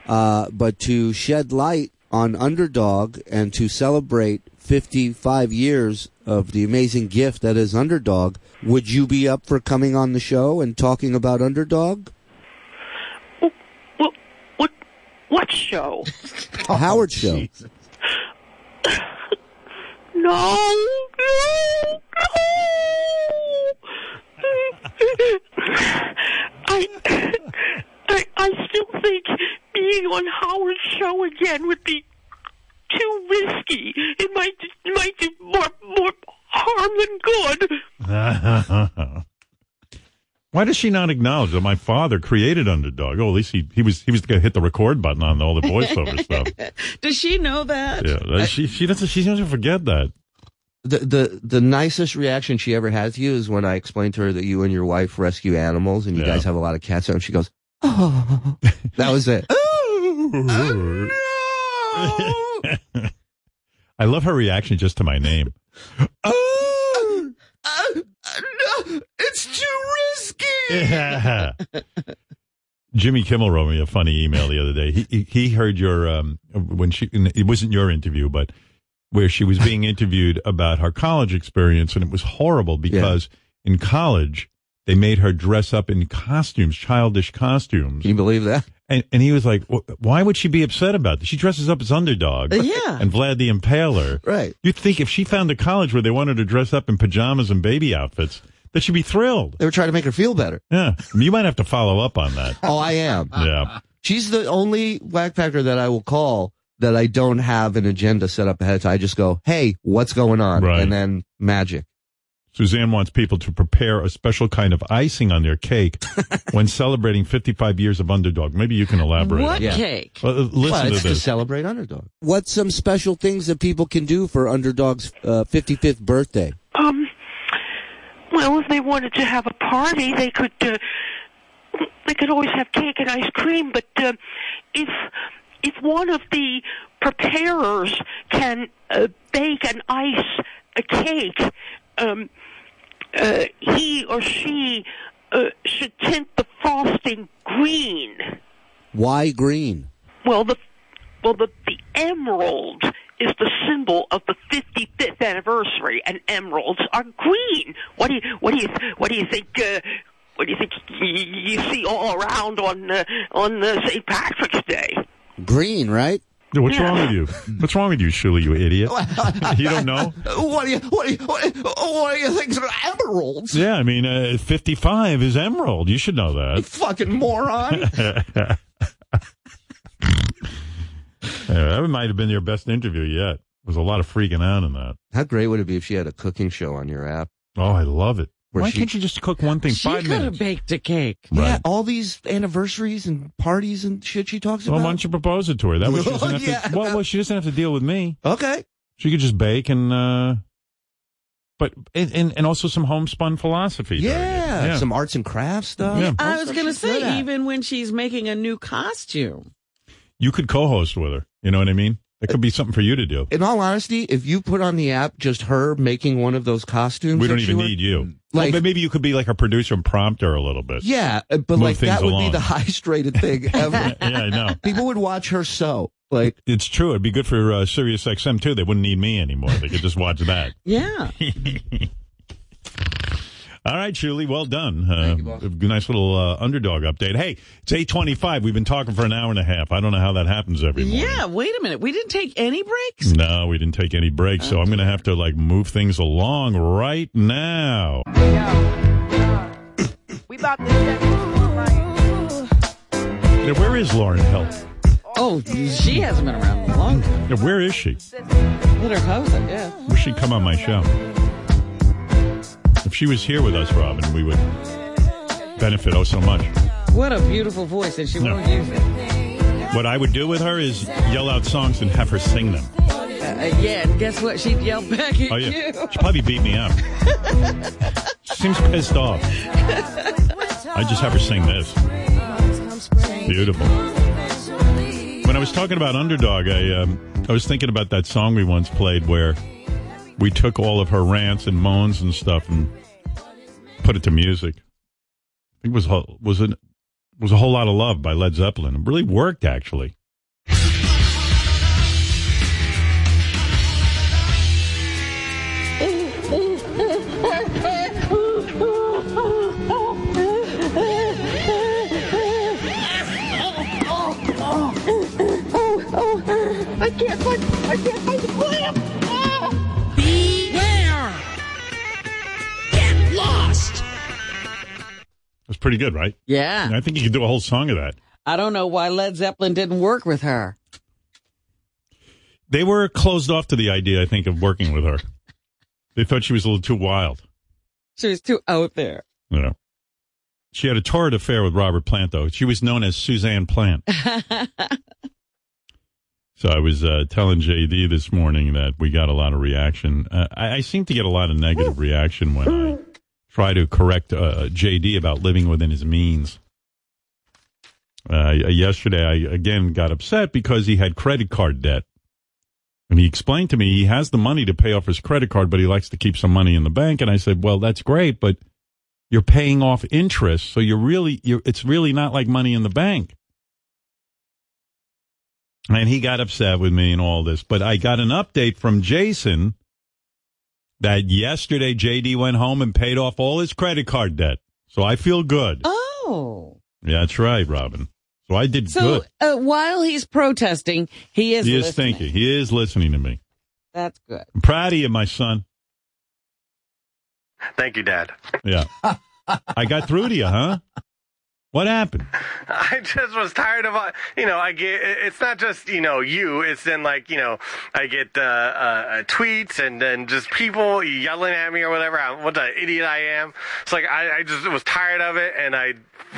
[SPEAKER 10] uh, but to shed light on Underdog and to celebrate 55 years of the amazing gift that is Underdog, would you be up for coming on the show and talking about Underdog?
[SPEAKER 9] What, what, what, what show?
[SPEAKER 10] A Howard show.
[SPEAKER 9] No, no, no. I, I, I still think being on Howard's show again would be too risky. It might, it might do more, more harm than good.
[SPEAKER 4] Why does she not acknowledge that my father created Underdog? Oh, at least he, he was he was going to hit the record button on all the voiceover stuff.
[SPEAKER 1] Does she know that?
[SPEAKER 4] Yeah, that- she she doesn't she seems to forget that.
[SPEAKER 8] the, the the nicest reaction she ever had to you is when I explained to her that you and your wife rescue animals and you
[SPEAKER 4] Yeah.
[SPEAKER 8] guys have a lot of cats. And she goes, oh, that was it. Oh,
[SPEAKER 9] Oh.
[SPEAKER 4] I love her reaction just to my name.
[SPEAKER 8] Oh, no, it's too risky.
[SPEAKER 4] Yeah. Jimmy Kimmel wrote me a funny email the other day. He he, he heard your um when she it wasn't your interview, but where she was being interviewed about her college experience, and it was horrible because in college they made her dress up in costumes, childish costumes,
[SPEAKER 8] Can you believe that?
[SPEAKER 4] and and he was like, "Wh- "Why would she be upset about this? She dresses up as underdog,
[SPEAKER 1] Yeah.
[SPEAKER 4] and Vlad the Impaler,
[SPEAKER 8] Uh, Right.
[SPEAKER 4] You'd think if she found a college where they wanted to dress up in pajamas and baby outfits, that she'd be thrilled.
[SPEAKER 8] They were trying to make her feel better.
[SPEAKER 4] Yeah, you might have to follow up on that.
[SPEAKER 8] Oh, I am.
[SPEAKER 4] Yeah,
[SPEAKER 8] She's the only whack packer that I will call that I don't have an agenda set up ahead of time. I just go, hey, what's going on?
[SPEAKER 4] Right.
[SPEAKER 8] And then magic.
[SPEAKER 4] Suzanne wants people to prepare a special kind of icing on their cake when celebrating 55 years of underdog. Maybe you can elaborate.
[SPEAKER 1] What
[SPEAKER 4] on that.
[SPEAKER 1] cake?
[SPEAKER 4] Well, uh, listen
[SPEAKER 8] well, it's
[SPEAKER 4] to
[SPEAKER 8] to
[SPEAKER 4] this.
[SPEAKER 8] celebrate underdog.
[SPEAKER 10] What's some special things that people can do for Underdog's uh, 55th birthday?
[SPEAKER 9] Um, well, if they wanted to have a party, they could. Uh, they could always have cake and ice cream, but uh, if if one of the preparers can uh, bake and ice a cake, um, uh, he or she uh, should tint the frosting green.
[SPEAKER 10] Why green?
[SPEAKER 9] Well, the well the the emerald is the symbol of the 55th anniversary, and emeralds are green. What do you what do you what do you think? Uh, what do you think you, you see all around on uh, on uh, St. Patrick's Day?
[SPEAKER 10] Green, right?
[SPEAKER 4] What's
[SPEAKER 9] Yeah.
[SPEAKER 4] wrong with you? What's wrong with you, Shirley, you idiot? you don't know?
[SPEAKER 8] What do you, what do you, what do you, what do you think are emeralds?
[SPEAKER 4] Yeah, I mean, uh, 55 is emerald. You should know that.
[SPEAKER 8] Fucking moron.
[SPEAKER 4] Yeah, that might have been your best interview yet. There's a lot of freaking out in that.
[SPEAKER 8] How great would it be if she had a cooking show on your app?
[SPEAKER 4] Oh, I love it.
[SPEAKER 8] Where
[SPEAKER 4] Why
[SPEAKER 8] she-
[SPEAKER 4] can't you just cook one thing
[SPEAKER 1] She
[SPEAKER 4] five
[SPEAKER 1] could have
[SPEAKER 4] minutes?
[SPEAKER 1] baked a cake.
[SPEAKER 8] Yeah,
[SPEAKER 4] Right.
[SPEAKER 8] all these anniversaries and parties and shit she talks
[SPEAKER 4] Well, why
[SPEAKER 8] about.
[SPEAKER 4] don't you propose it to her? That way she doesn't have
[SPEAKER 8] Yeah.
[SPEAKER 4] to. Well, well, she doesn't have to deal with me.
[SPEAKER 8] Okay.
[SPEAKER 4] She could just bake and, uh, but and and, and also some homespun philosophy. during it.
[SPEAKER 8] Yeah. Some arts and crafts stuff.
[SPEAKER 4] Yeah.
[SPEAKER 1] I was
[SPEAKER 8] Stuff
[SPEAKER 1] going to
[SPEAKER 8] she's good
[SPEAKER 1] say,
[SPEAKER 8] at.
[SPEAKER 1] even when she's making a new costume.
[SPEAKER 4] you could co-host with her. You know what I mean? That could be something for you to do.
[SPEAKER 8] In all honesty, if you put on the app just her making one of those costumes,
[SPEAKER 4] We don't
[SPEAKER 8] that she
[SPEAKER 4] even
[SPEAKER 8] wore-
[SPEAKER 4] need you.
[SPEAKER 8] Like-
[SPEAKER 4] Like, but maybe you could be like a producer and prompter a little bit.
[SPEAKER 8] Yeah, uh, but
[SPEAKER 4] Move
[SPEAKER 8] like
[SPEAKER 4] things
[SPEAKER 8] that would be
[SPEAKER 4] along.
[SPEAKER 8] the highest rated thing ever.
[SPEAKER 4] yeah, I know.
[SPEAKER 8] People would watch her sew. Like
[SPEAKER 4] It's true. It'd be good for uh, Sirius XM too. They wouldn't need me anymore. They could just watch that.
[SPEAKER 1] Yeah.
[SPEAKER 4] All right, Shirley, well done. Uh, nice little uh, underdog update. Hey, it's eight twenty-five. We've been talking for an hour and a half. I don't know how that happens every morning.
[SPEAKER 1] Yeah, wait a minute. We didn't take any breaks?
[SPEAKER 4] No, we didn't take any breaks, so I'm going to have to like move things along right now.
[SPEAKER 11] We about to check like,
[SPEAKER 4] Now, where is Lauren Hill?
[SPEAKER 1] Oh, she hasn't been around long.
[SPEAKER 4] Now, where is she?
[SPEAKER 1] Let her house, I guess.
[SPEAKER 4] Wish she'd come on my show. If she was here with us, Robin, we would benefit oh so much.
[SPEAKER 1] What a beautiful voice, Uh, and she
[SPEAKER 4] No.
[SPEAKER 1] won't use it.
[SPEAKER 4] What I would do with her is yell out songs and have her sing them.
[SPEAKER 1] Uh, yeah, and guess what? She'd yell back at
[SPEAKER 4] Oh
[SPEAKER 1] you.
[SPEAKER 4] yeah, she probably beat me up. she seems pissed off. I just have her sing this. Beautiful. When I was talking about underdog, I um, I was thinking about that song we once played where we took all of her rants and moans and stuff and put it to music. I think it was a whole- was it was a whole lot of love by Led Zeppelin. It really worked actually.
[SPEAKER 11] I can't find, I can't find the clam. Ah. Beware. Get lost.
[SPEAKER 4] It was pretty good, right?
[SPEAKER 1] Yeah.
[SPEAKER 4] I think you could do a whole song of that.
[SPEAKER 1] I don't know why Led Zeppelin didn't work with her.
[SPEAKER 4] They were closed off to the idea, I think, of working with her. They thought she was a little too wild.
[SPEAKER 1] She was too out there.
[SPEAKER 4] You know, she had a torrid affair with Robert Plant, though. She was known as Suzanne Plant. so I was uh, telling JD this morning that we got a lot of reaction. Uh, I, I seem to get a lot of negative reaction when I try to correct uh, JD about living within his means. Uh, yesterday, I again got upset because he had credit card debt. And he explained to me he has the money to pay off his credit card, but he likes to keep some money in the bank. And I said, well, that's great, but you're paying off interest. So you're really, you're, it's really not like money in the bank. And he got upset with me and all this, but I got an update from Jason that yesterday JD went home and paid off all his credit card debt. So I feel good.
[SPEAKER 1] Oh.
[SPEAKER 4] Yeah, that's right, Robin. So I did
[SPEAKER 1] So
[SPEAKER 4] good.
[SPEAKER 1] uh, while he's protesting, he is
[SPEAKER 4] he is
[SPEAKER 1] listening.
[SPEAKER 4] thinking. He is listening to me.
[SPEAKER 1] That's good.
[SPEAKER 4] I'm proud of you, my son.
[SPEAKER 12] Thank you, Dad.
[SPEAKER 4] Yeah. I got through to you, huh? What happened?
[SPEAKER 12] I just was tired of, uh, you know, I get, it's not just, you know, you, it's then like, you know, I get uh, uh, tweets and then just people yelling at me or whatever, I'm- what an idiot I am. It's like, I, I just was tired of it and I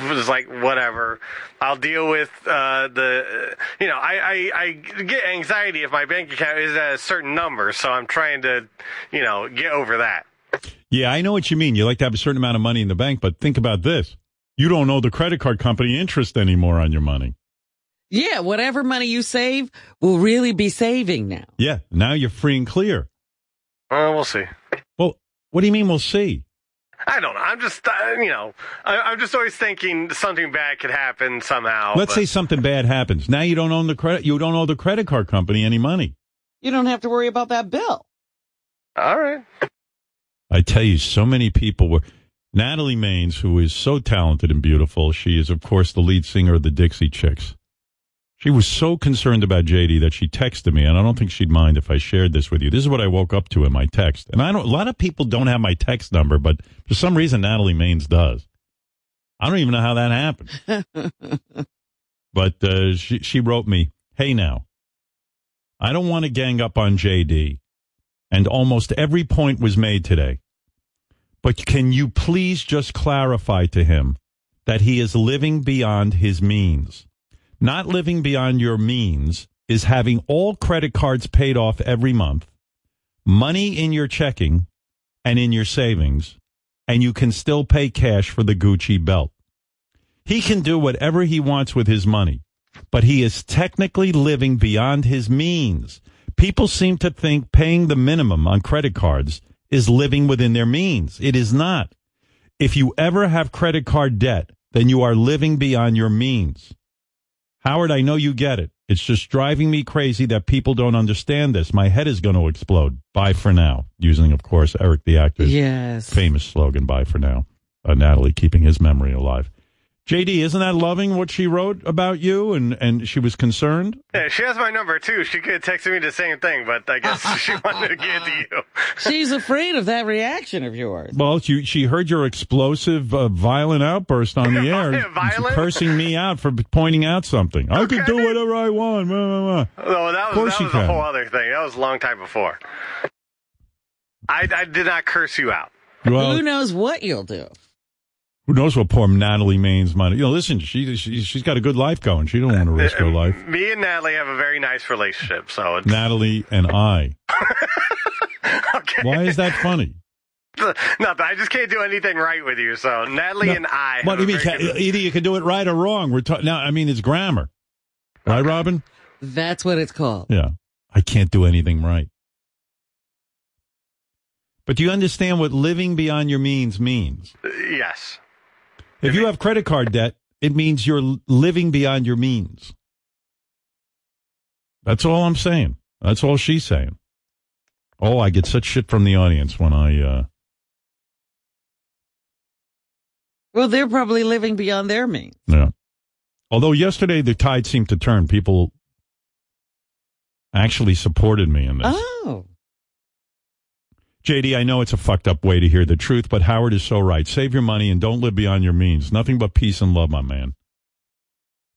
[SPEAKER 12] was like, whatever, I'll deal with uh, the, you know, I, I, I get anxiety if my bank account is at a certain number, so I'm trying to, you know, get over that.
[SPEAKER 4] Yeah, I know what you mean. You like to have a certain amount of money in the bank, but think about this. You don't owe the credit card company interest anymore on your money.
[SPEAKER 1] Yeah, whatever money you save will really be saving now.
[SPEAKER 4] Yeah, now you're free and clear.
[SPEAKER 12] Uh, we'll see.
[SPEAKER 4] Well, what do you mean we'll see?
[SPEAKER 12] I don't know. I'm just, uh, you know, I, I'm just always thinking something bad could happen somehow.
[SPEAKER 4] Let's
[SPEAKER 12] Oh, but-
[SPEAKER 4] say something bad happens. Now you don't own the credit you don't owe the credit card company any money.
[SPEAKER 1] You don't have to worry about that bill.
[SPEAKER 12] All right.
[SPEAKER 4] I tell you, so many people were. Natalie Maines, who is so talented and beautiful, she is, of course, the lead singer of the Dixie Chicks. She was so concerned about JD that she texted me, and I don't think she'd mind if I shared this with you. This is what I woke up to in my text. And I don't, a lot of people don't have my text number, but for some reason, Natalie Maines does. I don't even know how that happened. but uh, she, she wrote me, Hey, now, I don't want to gang up on JD and almost every point was made today. But can you please just clarify to him that he is living beyond his means? Not living beyond your means is having all credit cards paid off every month, money in your checking and in your savings, and you can still pay cash for the Gucci belt. He can do whatever he wants with his money. but he is technically living beyond his means. People seem to think paying the minimum on credit cards is living within their means. It is not. If you ever have credit card debt, then you are living beyond your means. Howard, I know you get it. It's just driving me crazy that people don't understand this. My head is going to explode. Bye for now. Using, of course, Eric the actor's
[SPEAKER 1] Yes.
[SPEAKER 4] famous slogan, bye for now. Uh, Natalie keeping his memory alive. JD, isn't that loving what she wrote about you? And, and she was concerned?
[SPEAKER 12] Yeah, she has my number too. She could have texted me the same thing, but I guess she wanted to get to you.
[SPEAKER 1] She's afraid of that reaction of yours.
[SPEAKER 4] Well, she, she heard your explosive, uh, violent outburst on the air,
[SPEAKER 12] Violent?
[SPEAKER 4] cursing me out for pointing out something. I can do whatever I want. blah, blah, blah.
[SPEAKER 12] No, Oh, that was
[SPEAKER 4] Of course
[SPEAKER 12] that
[SPEAKER 4] you
[SPEAKER 12] was
[SPEAKER 4] can.
[SPEAKER 12] a whole other thing. That was a long time before. I, I did not curse you out.
[SPEAKER 4] Well-
[SPEAKER 1] Who knows what you'll do?
[SPEAKER 4] Who knows what poor Natalie Maine's money? You know, listen, she, she she's got a good life going. She don't want to risk her life.
[SPEAKER 12] Me and Natalie have a very nice relationship, so it's
[SPEAKER 4] Natalie and I. Why is that funny?
[SPEAKER 12] no. But I just can't do anything right with you. So Natalie
[SPEAKER 4] No.
[SPEAKER 12] and I.
[SPEAKER 4] What
[SPEAKER 12] have
[SPEAKER 4] do
[SPEAKER 12] a
[SPEAKER 4] you mean?
[SPEAKER 12] very
[SPEAKER 4] Ca-
[SPEAKER 12] good-
[SPEAKER 4] either you can do it right or wrong. We're ta- now. I mean, it's grammar, right, Robin?
[SPEAKER 1] That's what it's called.
[SPEAKER 4] Yeah, I can't do anything right. But do you understand what living beyond your means means?
[SPEAKER 12] Uh, yes.
[SPEAKER 4] If you have credit card debt, it means you're l- living beyond your means. That's all I'm saying. That's all she's saying. Oh, I get such shit from the audience when I uh
[SPEAKER 1] Well, they're probably living beyond their means.
[SPEAKER 4] yeah. Although yesterday the tide seemed to turn, people actually supported me in this.
[SPEAKER 1] Oh.
[SPEAKER 4] JD, I know it's a fucked up way to hear the truth, but Howard is so right. Save your money and don't live beyond your means. Nothing but peace and love, my man.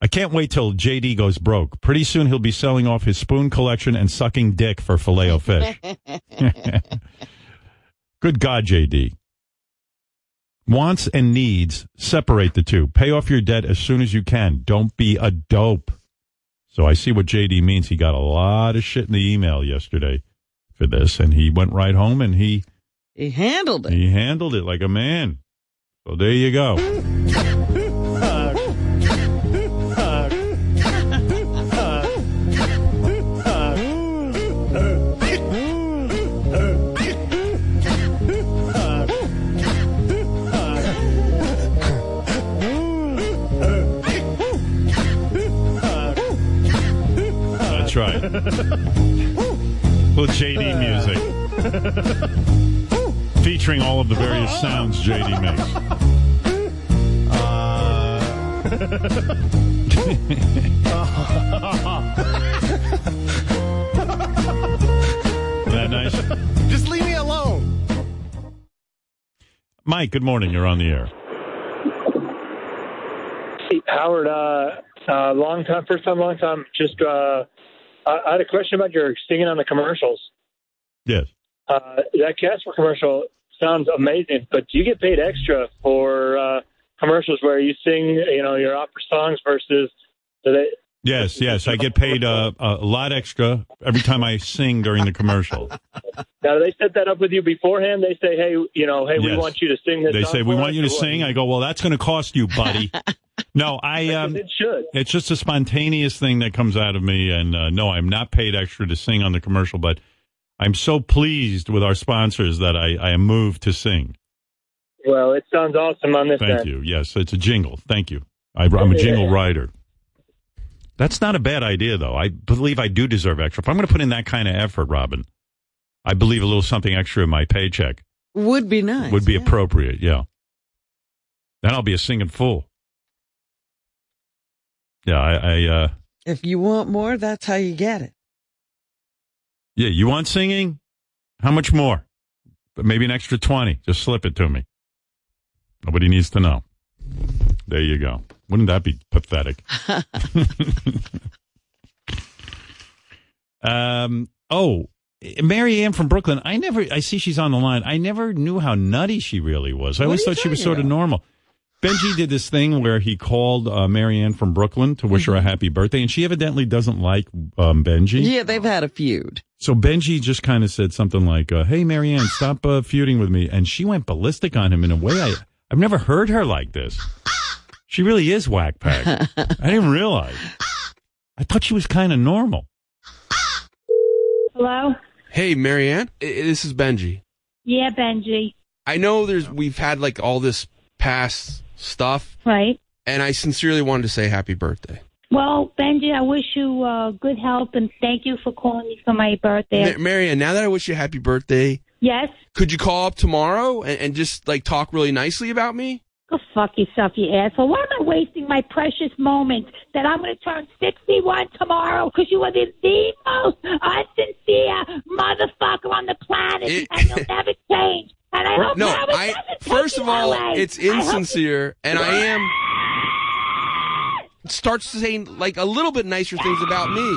[SPEAKER 4] I can't wait till JD goes broke. Pretty soon he'll be selling off his spoon collection and sucking dick for filet o fish. Good God, JD. Wants and needs, separate the two. Pay off your debt as soon as you can. Don't be a dope. So I see what JD means. He got a lot of shit in the email yesterday for this, and he went right home and he
[SPEAKER 1] he handled
[SPEAKER 4] it. He handled it like a man. So there you go. That's right. Little JD music featuring all of the various sounds JD makes. Isn't that nice?
[SPEAKER 11] Just leave me alone.
[SPEAKER 4] Mike, good morning. You're on the air.
[SPEAKER 13] Hey, Howard, uh, uh, long time, first time, long time. Just, uh, I, I had a question about your singing on the commercials.
[SPEAKER 4] Yes.
[SPEAKER 13] Uh, that Casper commercial sounds amazing, but do you get paid extra for uh, commercials where you sing, you know, your opera songs versus? Do they,
[SPEAKER 4] Yes, yes. I get paid uh, a lot extra every time I sing during the commercial.
[SPEAKER 13] now, do they set that up with you beforehand? They say, hey, you know, hey, we
[SPEAKER 4] Yes.
[SPEAKER 13] want you to sing this.
[SPEAKER 4] They
[SPEAKER 13] song
[SPEAKER 4] say, we
[SPEAKER 13] for
[SPEAKER 4] want
[SPEAKER 13] us,"
[SPEAKER 4] you to
[SPEAKER 13] or what?
[SPEAKER 4] sing. I go, well, that's going to cost you, buddy. No, I. Um, it
[SPEAKER 13] should.
[SPEAKER 4] It's just a spontaneous thing that comes out of me, and uh, no, I'm not paid extra to sing on the commercial, but I'm so pleased with our sponsors that I, I am moved to sing.
[SPEAKER 13] Well, it sounds awesome on this
[SPEAKER 4] Thank
[SPEAKER 13] end.
[SPEAKER 4] you. Yes, it's a jingle. Thank you. I, I'm a jingle writer. That's not a bad idea, though. I believe I do deserve extra. If I'm going to put in that kind of effort, Robin, I believe a little something extra in my paycheck
[SPEAKER 1] Would be nice.
[SPEAKER 4] would be appropriate. Yeah. Then I'll be a singing fool. Yeah, I, I uh,
[SPEAKER 1] If you want more, that's how you get it.
[SPEAKER 4] yeah, you want singing? How much more? But Maybe an extra 20. Just slip it to me. Nobody needs to know. There you go. Wouldn't that be pathetic? um, oh, Mary Ann from Brooklyn. I never, I see she's on the line. I never knew how nutty she really was. I
[SPEAKER 14] What
[SPEAKER 4] always
[SPEAKER 14] are you
[SPEAKER 4] thought she was
[SPEAKER 14] talking
[SPEAKER 4] sort of normal. Benji did this thing where he called uh, Mary Ann from Brooklyn to wish her a happy birthday, and she evidently doesn't like um, Benji.
[SPEAKER 1] Mm-hmm. Yeah, they've had a feud.
[SPEAKER 4] So Benji just kind of said something like, uh, "Hey, Marianne, stop uh, feuding with me," and she went ballistic on him in a way I I've never heard her like this. She really is whack pack. I didn't realize. I thought she was kind of normal.
[SPEAKER 14] Hello?
[SPEAKER 15] Hey, Marianne, I- this is Benji.
[SPEAKER 14] Yeah, Benji.
[SPEAKER 15] I know there's we've had like all this past stuff,
[SPEAKER 14] Right.
[SPEAKER 15] and I sincerely wanted to say happy birthday.
[SPEAKER 14] Well, Benji, I wish you uh, good health and thank you for calling me for my birthday.
[SPEAKER 15] Ma- Marianne, now that I wish you happy birthday,
[SPEAKER 14] yes?
[SPEAKER 15] could you call up tomorrow and, and just like talk really nicely about me?
[SPEAKER 14] Go fuck yourself, you asshole. Why am I wasting my precious moments that I'm going to turn 61 tomorrow because you are the, the most insincere motherfucker on the planet and you'll never change. And I hope
[SPEAKER 15] no,
[SPEAKER 14] Howard
[SPEAKER 15] I
[SPEAKER 14] doesn't take
[SPEAKER 15] first
[SPEAKER 14] you
[SPEAKER 15] of all,
[SPEAKER 14] away.
[SPEAKER 15] it's
[SPEAKER 14] I hope-
[SPEAKER 15] insincere, and I am starts saying like a little bit nicer things about me.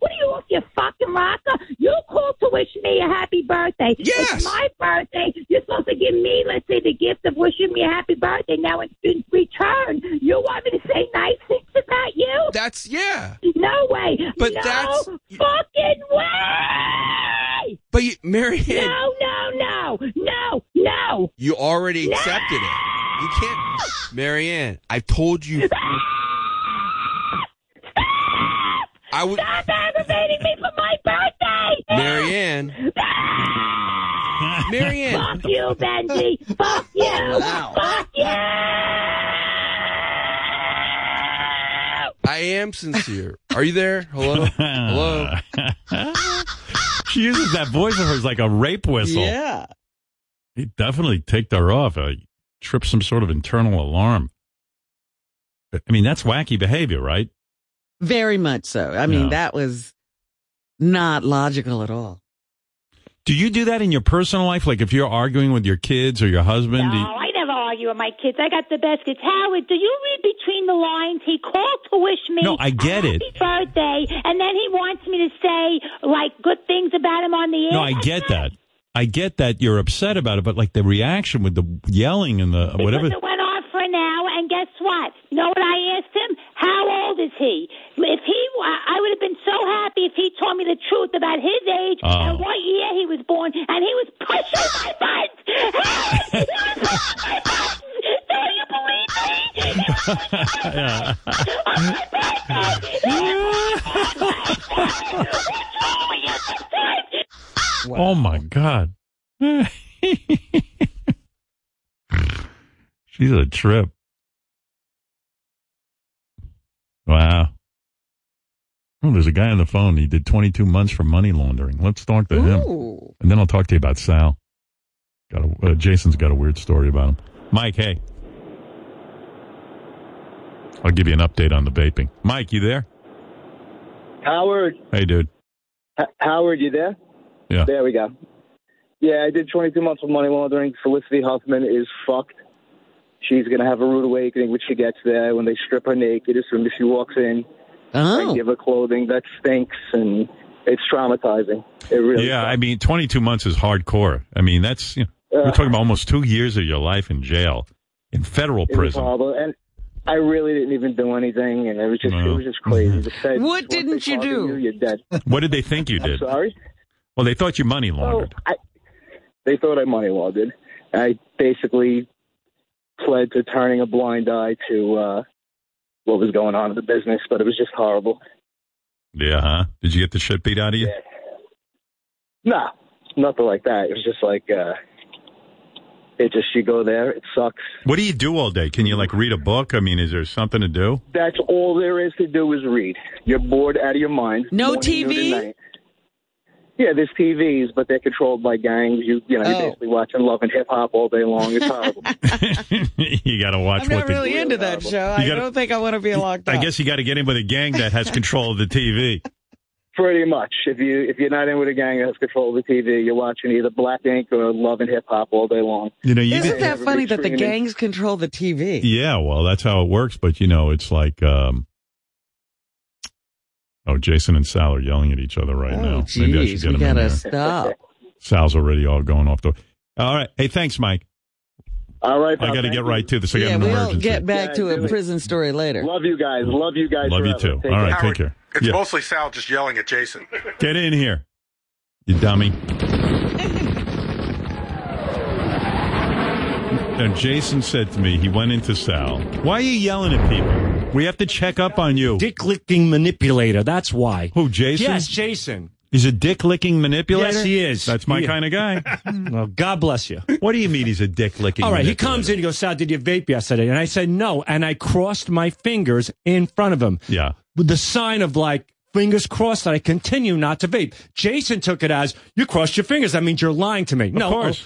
[SPEAKER 14] What are you off your fucking rocker? You called to wish me a happy birthday. Yes. It's my birthday. You're supposed to give me, let's say, the gift of wishing me a happy birthday. Now in, in return, you want me to say nice things about you?
[SPEAKER 15] That's yeah.
[SPEAKER 14] No way.
[SPEAKER 15] But
[SPEAKER 14] no
[SPEAKER 15] that's-
[SPEAKER 14] fucking way.
[SPEAKER 15] But you, Marianne,
[SPEAKER 14] No, no, no, no, no.
[SPEAKER 15] you already accepted it. You can't, Marianne. I've told you. I would,
[SPEAKER 14] Stop aggravating me for my birthday.
[SPEAKER 15] Marianne. Marianne.
[SPEAKER 14] Fuck you, Benji. Fuck you. Fuck you.
[SPEAKER 15] I am sincere. Are you there? Hello? Hello?
[SPEAKER 4] she uses that voice of hers like a rape whistle.
[SPEAKER 1] Yeah.
[SPEAKER 4] He definitely ticked her off. I tripped some sort of internal alarm. But, I mean, that's wacky behavior, right?
[SPEAKER 1] Very much so. I mean,
[SPEAKER 4] Yeah.
[SPEAKER 1] that was not logical at all.
[SPEAKER 4] Do you do that in your personal life? Like if you're arguing with your kids or your husband? do you-
[SPEAKER 16] No, Oh, I never argue with my kids. I got the best kids. Howard, do you read between the lines? He called to wish me
[SPEAKER 4] No, I get
[SPEAKER 16] a
[SPEAKER 4] it.
[SPEAKER 16] happy birthday, and then he wants me to say like good things about him on the air.
[SPEAKER 4] no, I get that. I get that you're upset about it, but like the reaction with the yelling and the whatever.
[SPEAKER 16] Because it went on for an hour, and guess what? You know what I asked him? How old is he? If he, I would have been so happy if he told me the truth about his age
[SPEAKER 4] Oh.
[SPEAKER 16] and what year he was born, and he was pushing my buttons. Hey, he was pushing my buttons. Do you believe me? He was pushing my Oh, my birthday.
[SPEAKER 4] buttons.
[SPEAKER 16] He was pushing my buttons. What's wrong with you sometimes?
[SPEAKER 4] Oh my god, she's a trip. Wow. Oh, there's a guy on the phone. He did 22 months for money laundering. Let's talk to him,
[SPEAKER 1] Ooh.
[SPEAKER 4] and then I'll talk to you about Sal. Got a, uh, Jason's got a weird story about him. Mike, hey, I'll give you an update on the vaping. Mike, you there?
[SPEAKER 17] Howard,
[SPEAKER 4] Hey, dude.
[SPEAKER 17] H- Howard, you there?
[SPEAKER 4] Yeah.
[SPEAKER 17] There we go. Yeah, I did 22 months of money laundering. Felicity Huffman is fucked. She's gonna have a rude awakening when she gets there. When they strip her naked, as soon as she walks in, and give her clothing that stinks, and it's traumatizing. It really.
[SPEAKER 4] yeah, I mean, 22 months is hardcore. I mean, that's you know, we're talking about almost two years of your life in jail, in federal
[SPEAKER 17] It was
[SPEAKER 4] prison.
[SPEAKER 17] horrible, and I really didn't even do anything, and it was just it was just
[SPEAKER 4] Mm-hmm.
[SPEAKER 17] crazy. The feds, what didn't you do? You, you're dead.
[SPEAKER 4] What did they think you did?
[SPEAKER 17] Sorry.
[SPEAKER 4] Well, they thought you money laundered.
[SPEAKER 17] Oh, I, they thought I money laundered. I basically pled to turning a blind eye to uh, what was going on in the business, but it was just horrible.
[SPEAKER 4] Yeah, huh? Did you get the shit beat out of you?
[SPEAKER 17] Nah, nothing like that. It was just like uh, it just you go there, it sucks.
[SPEAKER 4] What do you do all day? Can you like read a book? I mean, is there something to do?
[SPEAKER 17] That's all there is to do is read. You're bored out of your mind.
[SPEAKER 1] No
[SPEAKER 17] morning, noon, and
[SPEAKER 1] TV?
[SPEAKER 17] night. Yeah, there's TVs, but they're controlled by gangs. You you know,
[SPEAKER 1] Oh.
[SPEAKER 17] you're basically watching Love and Hip Hop all day long. It's horrible.
[SPEAKER 4] you got to watch
[SPEAKER 1] I'm
[SPEAKER 4] what
[SPEAKER 1] not
[SPEAKER 4] the.
[SPEAKER 1] really into that show. I
[SPEAKER 4] gotta-
[SPEAKER 1] don't think I want to be locked
[SPEAKER 4] I
[SPEAKER 1] up.
[SPEAKER 4] guess you got to get in with a gang that has control of the TV.
[SPEAKER 17] Pretty much. If you if you're not in with a gang that has control of the TV, you're watching either Black Ink or Love and Hip Hop all day long.
[SPEAKER 4] You know, you
[SPEAKER 1] Isn't
[SPEAKER 4] did-
[SPEAKER 1] that funny that the
[SPEAKER 17] Everybody screaming.
[SPEAKER 1] gangs control the TV?
[SPEAKER 4] Yeah, well, that's how it works. But you know, it's like, um, oh, Jason and Sal are yelling at each other right
[SPEAKER 1] Oh,
[SPEAKER 4] now.
[SPEAKER 1] geez, we
[SPEAKER 4] them in
[SPEAKER 1] gotta
[SPEAKER 4] there.
[SPEAKER 1] stop.
[SPEAKER 4] Sal's already all going off the. All right, hey, thanks, Mike.
[SPEAKER 17] All right,
[SPEAKER 4] I got to get right to this. I got
[SPEAKER 1] yeah,
[SPEAKER 4] an
[SPEAKER 1] we'll
[SPEAKER 4] emergency.
[SPEAKER 1] get back
[SPEAKER 17] Yeah,
[SPEAKER 1] to
[SPEAKER 17] do
[SPEAKER 1] a
[SPEAKER 17] it.
[SPEAKER 1] prison story later.
[SPEAKER 17] Love you guys. Love you guys.
[SPEAKER 4] Love you
[SPEAKER 17] forever.
[SPEAKER 4] too.
[SPEAKER 17] Take
[SPEAKER 4] All right,
[SPEAKER 17] care.
[SPEAKER 4] take care.
[SPEAKER 18] It's
[SPEAKER 4] Yeah.
[SPEAKER 18] mostly Sal just yelling at Jason.
[SPEAKER 4] Get in here, you dummy. now, Jason said to me, he went into Sal. Why are you yelling at people? We have to check up on you.
[SPEAKER 19] Dick licking manipulator. That's why.
[SPEAKER 4] Who, Jason?
[SPEAKER 19] Yes, Jason.
[SPEAKER 4] He's a dick licking manipulator?
[SPEAKER 19] Yes, he is.
[SPEAKER 4] That's my
[SPEAKER 19] Yeah.
[SPEAKER 4] kind of guy.
[SPEAKER 19] well, God bless you.
[SPEAKER 4] What do you mean he's a dick licking
[SPEAKER 19] All right, he comes in. He goes, "Sal, did you vape yesterday?" And I said, "No," and I crossed my fingers in front of him.
[SPEAKER 4] Yeah,
[SPEAKER 19] with the sign of like fingers crossed that I continue not to vape. Jason took it as you crossed your fingers. That means you're lying to me. no, oh,
[SPEAKER 4] course.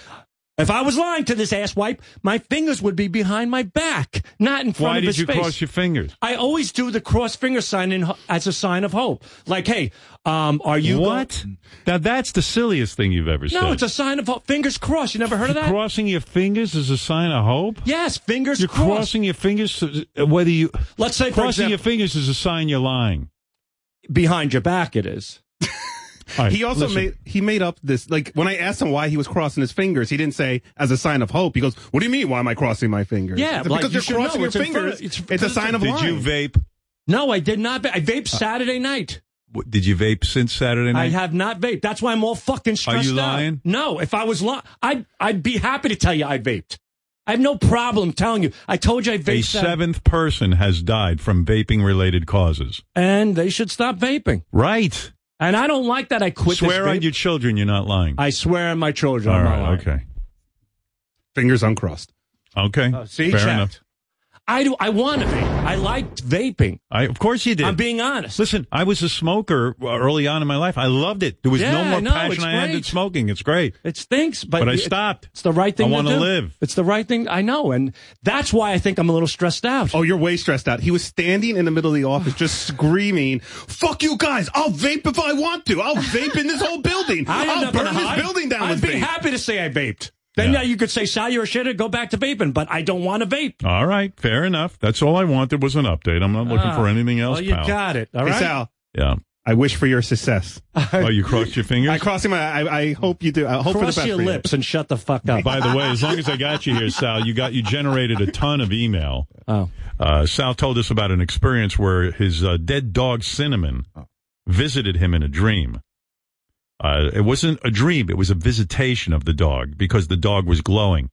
[SPEAKER 19] if I was lying to this asswipe, my fingers would be behind my back, not in front
[SPEAKER 4] Why
[SPEAKER 19] of
[SPEAKER 4] did
[SPEAKER 19] his
[SPEAKER 4] you
[SPEAKER 19] face.
[SPEAKER 4] cross your fingers?
[SPEAKER 19] I always do the cross finger sign in, as a sign of hope. Like, hey, um, are you
[SPEAKER 4] What? Now that's the silliest thing you've ever
[SPEAKER 19] No,
[SPEAKER 4] said.
[SPEAKER 19] it's a sign of hope. Fingers crossed. You never heard of that?
[SPEAKER 4] Crossing your fingers is a sign of hope.
[SPEAKER 19] Yes, fingers.
[SPEAKER 4] You're
[SPEAKER 19] crossed.
[SPEAKER 4] crossing your fingers. uh, Whether you
[SPEAKER 19] Let's say, for
[SPEAKER 4] crossing your
[SPEAKER 19] example-
[SPEAKER 4] fingers is a sign you're lying.
[SPEAKER 19] Behind your back, it is.
[SPEAKER 4] All right,
[SPEAKER 20] he also
[SPEAKER 4] listen.
[SPEAKER 20] made he made up this like when I asked him why he was crossing his fingers, he didn't say as a sign of hope. He goes, "What do you mean? Why am I crossing my fingers?
[SPEAKER 19] Yeah,
[SPEAKER 20] It's
[SPEAKER 19] like,
[SPEAKER 20] because
[SPEAKER 19] you should
[SPEAKER 20] you're crossing your
[SPEAKER 19] know, it's in front
[SPEAKER 20] fingers.
[SPEAKER 19] of-
[SPEAKER 20] it's,
[SPEAKER 19] it's-
[SPEAKER 20] a sign of
[SPEAKER 19] Did
[SPEAKER 20] lying."
[SPEAKER 19] you
[SPEAKER 4] vape?
[SPEAKER 19] No, I did not. Vape. I vaped Saturday night.
[SPEAKER 4] Uh, What, did you vape since Saturday night?
[SPEAKER 19] I have not vaped. That's why I'm all fucking stressed
[SPEAKER 4] you
[SPEAKER 19] out.
[SPEAKER 4] lying?
[SPEAKER 19] No, if I was lying, I'd, I'd be happy to tell you I vaped. I have no problem telling you. I told you I vaped.
[SPEAKER 4] a
[SPEAKER 19] Saturday-
[SPEAKER 4] seventh person has died from vaping related causes.
[SPEAKER 19] and they should stop vaping.
[SPEAKER 4] Right.
[SPEAKER 19] And I don't like that I quit this
[SPEAKER 4] Swear
[SPEAKER 19] vape.
[SPEAKER 4] on your children you're not lying.
[SPEAKER 19] I swear on my children.
[SPEAKER 4] All
[SPEAKER 19] I'm not
[SPEAKER 4] right,
[SPEAKER 19] lying.
[SPEAKER 4] okay.
[SPEAKER 20] Fingers uncrossed.
[SPEAKER 4] Okay.
[SPEAKER 19] Uh, see,
[SPEAKER 4] Fair
[SPEAKER 19] Jack.
[SPEAKER 4] enough.
[SPEAKER 19] I do. I want to vape. I liked vaping.
[SPEAKER 4] I, of course you did.
[SPEAKER 19] I'm being honest.
[SPEAKER 4] Listen, I was a smoker early on in my life. I loved it. There was
[SPEAKER 19] Yeah,
[SPEAKER 4] no more
[SPEAKER 19] I know,
[SPEAKER 4] passion
[SPEAKER 19] it's
[SPEAKER 4] I had than
[SPEAKER 19] great.
[SPEAKER 4] smoking. It's great.
[SPEAKER 19] It stinks, but,
[SPEAKER 4] But I
[SPEAKER 19] it-
[SPEAKER 4] stopped.
[SPEAKER 19] It's the right thing.
[SPEAKER 4] I
[SPEAKER 19] to
[SPEAKER 4] wanna
[SPEAKER 19] do.
[SPEAKER 4] live.
[SPEAKER 19] It's the right thing. I know, and that's why I think I'm a little stressed out.
[SPEAKER 20] Oh, you're way stressed out. He was standing in the middle of the office just screaming, "Fuck you guys! I'll vape if I want to. I'll vape in this whole building.
[SPEAKER 19] I end
[SPEAKER 20] I'll
[SPEAKER 19] up in
[SPEAKER 20] burn
[SPEAKER 19] a
[SPEAKER 20] this
[SPEAKER 19] high-
[SPEAKER 20] building down
[SPEAKER 19] I'd
[SPEAKER 20] with
[SPEAKER 19] be
[SPEAKER 20] vape."
[SPEAKER 19] happy to say I vaped. Then now you could say, Sal, you're a shitter, go back to vaping, but I don't want to vape.
[SPEAKER 4] All right, fair enough. That's all I wanted was an update. I'm not looking
[SPEAKER 19] Ah,
[SPEAKER 4] for anything else.
[SPEAKER 19] well, you
[SPEAKER 4] pal.
[SPEAKER 19] got it, all
[SPEAKER 20] Hey,
[SPEAKER 19] right?
[SPEAKER 20] Sal.
[SPEAKER 4] Yeah.
[SPEAKER 20] I wish for your success.
[SPEAKER 4] Oh, you crossed your fingers.
[SPEAKER 20] I crossing my. I, I hope you do. I hope for the
[SPEAKER 19] Cross
[SPEAKER 20] best
[SPEAKER 19] your
[SPEAKER 20] for you.
[SPEAKER 19] lips and shut the fuck up.
[SPEAKER 4] By the way, as long as I got you here, Sal, you got you generated a ton of email.
[SPEAKER 19] Oh.
[SPEAKER 4] Uh, Sal told us about an experience where his uh, dead dog Cinnamon visited him in a dream. Uh, it wasn't a dream; it was a visitation of the dog because the dog was glowing.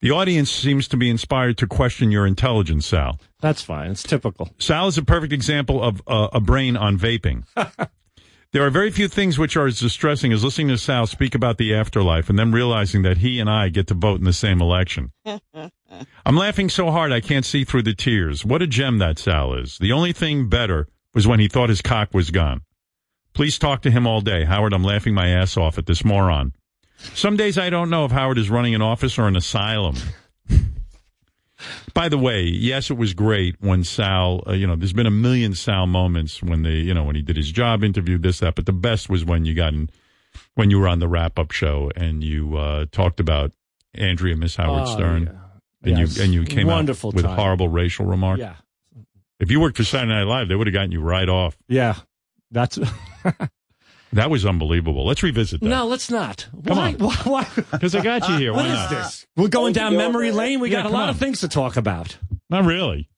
[SPEAKER 4] The audience seems to be inspired to question your intelligence, Sal.
[SPEAKER 19] That's fine. It's typical.
[SPEAKER 4] Sal is a perfect example of uh, a brain on vaping. there are very few things which are as distressing as listening to Sal speak about the afterlife and then realizing that he and I get to vote in the same election. I'm laughing so hard I can't see through the tears. What a gem that Sal is. The only thing better was when he thought his cock was gone. Please talk to him all day. Howard, I'm laughing my ass off at this moron. Some days I don't know if Howard is running an office or an asylum. By the way, yes, it was great when Sal, uh, you know, there's been a million Sal moments when they, you know, when he did his job interview, this, that, but the best was when you got in, when you were on the wrap up show and you, uh, talked about Andrea Miss Howard
[SPEAKER 19] Oh,
[SPEAKER 4] Stern.
[SPEAKER 19] yeah.
[SPEAKER 4] And
[SPEAKER 19] Yes.
[SPEAKER 4] you, and you came
[SPEAKER 19] Wonderful
[SPEAKER 4] out with
[SPEAKER 19] time.
[SPEAKER 4] horrible racial remarks.
[SPEAKER 19] Yeah.
[SPEAKER 4] If you worked for Saturday Night Live, they would have gotten you right off.
[SPEAKER 19] Yeah. That's
[SPEAKER 4] That was unbelievable. Let's revisit that.
[SPEAKER 19] No, let's not.
[SPEAKER 4] Come
[SPEAKER 19] why?
[SPEAKER 4] on.
[SPEAKER 19] Why?
[SPEAKER 4] Because I got you here.
[SPEAKER 19] What
[SPEAKER 4] Why
[SPEAKER 19] is
[SPEAKER 4] not?
[SPEAKER 19] this? We're going down memory lane. Oh, We
[SPEAKER 4] Yeah,
[SPEAKER 19] got a
[SPEAKER 4] come
[SPEAKER 19] lot
[SPEAKER 4] on.
[SPEAKER 19] of things to talk about.
[SPEAKER 4] Not really.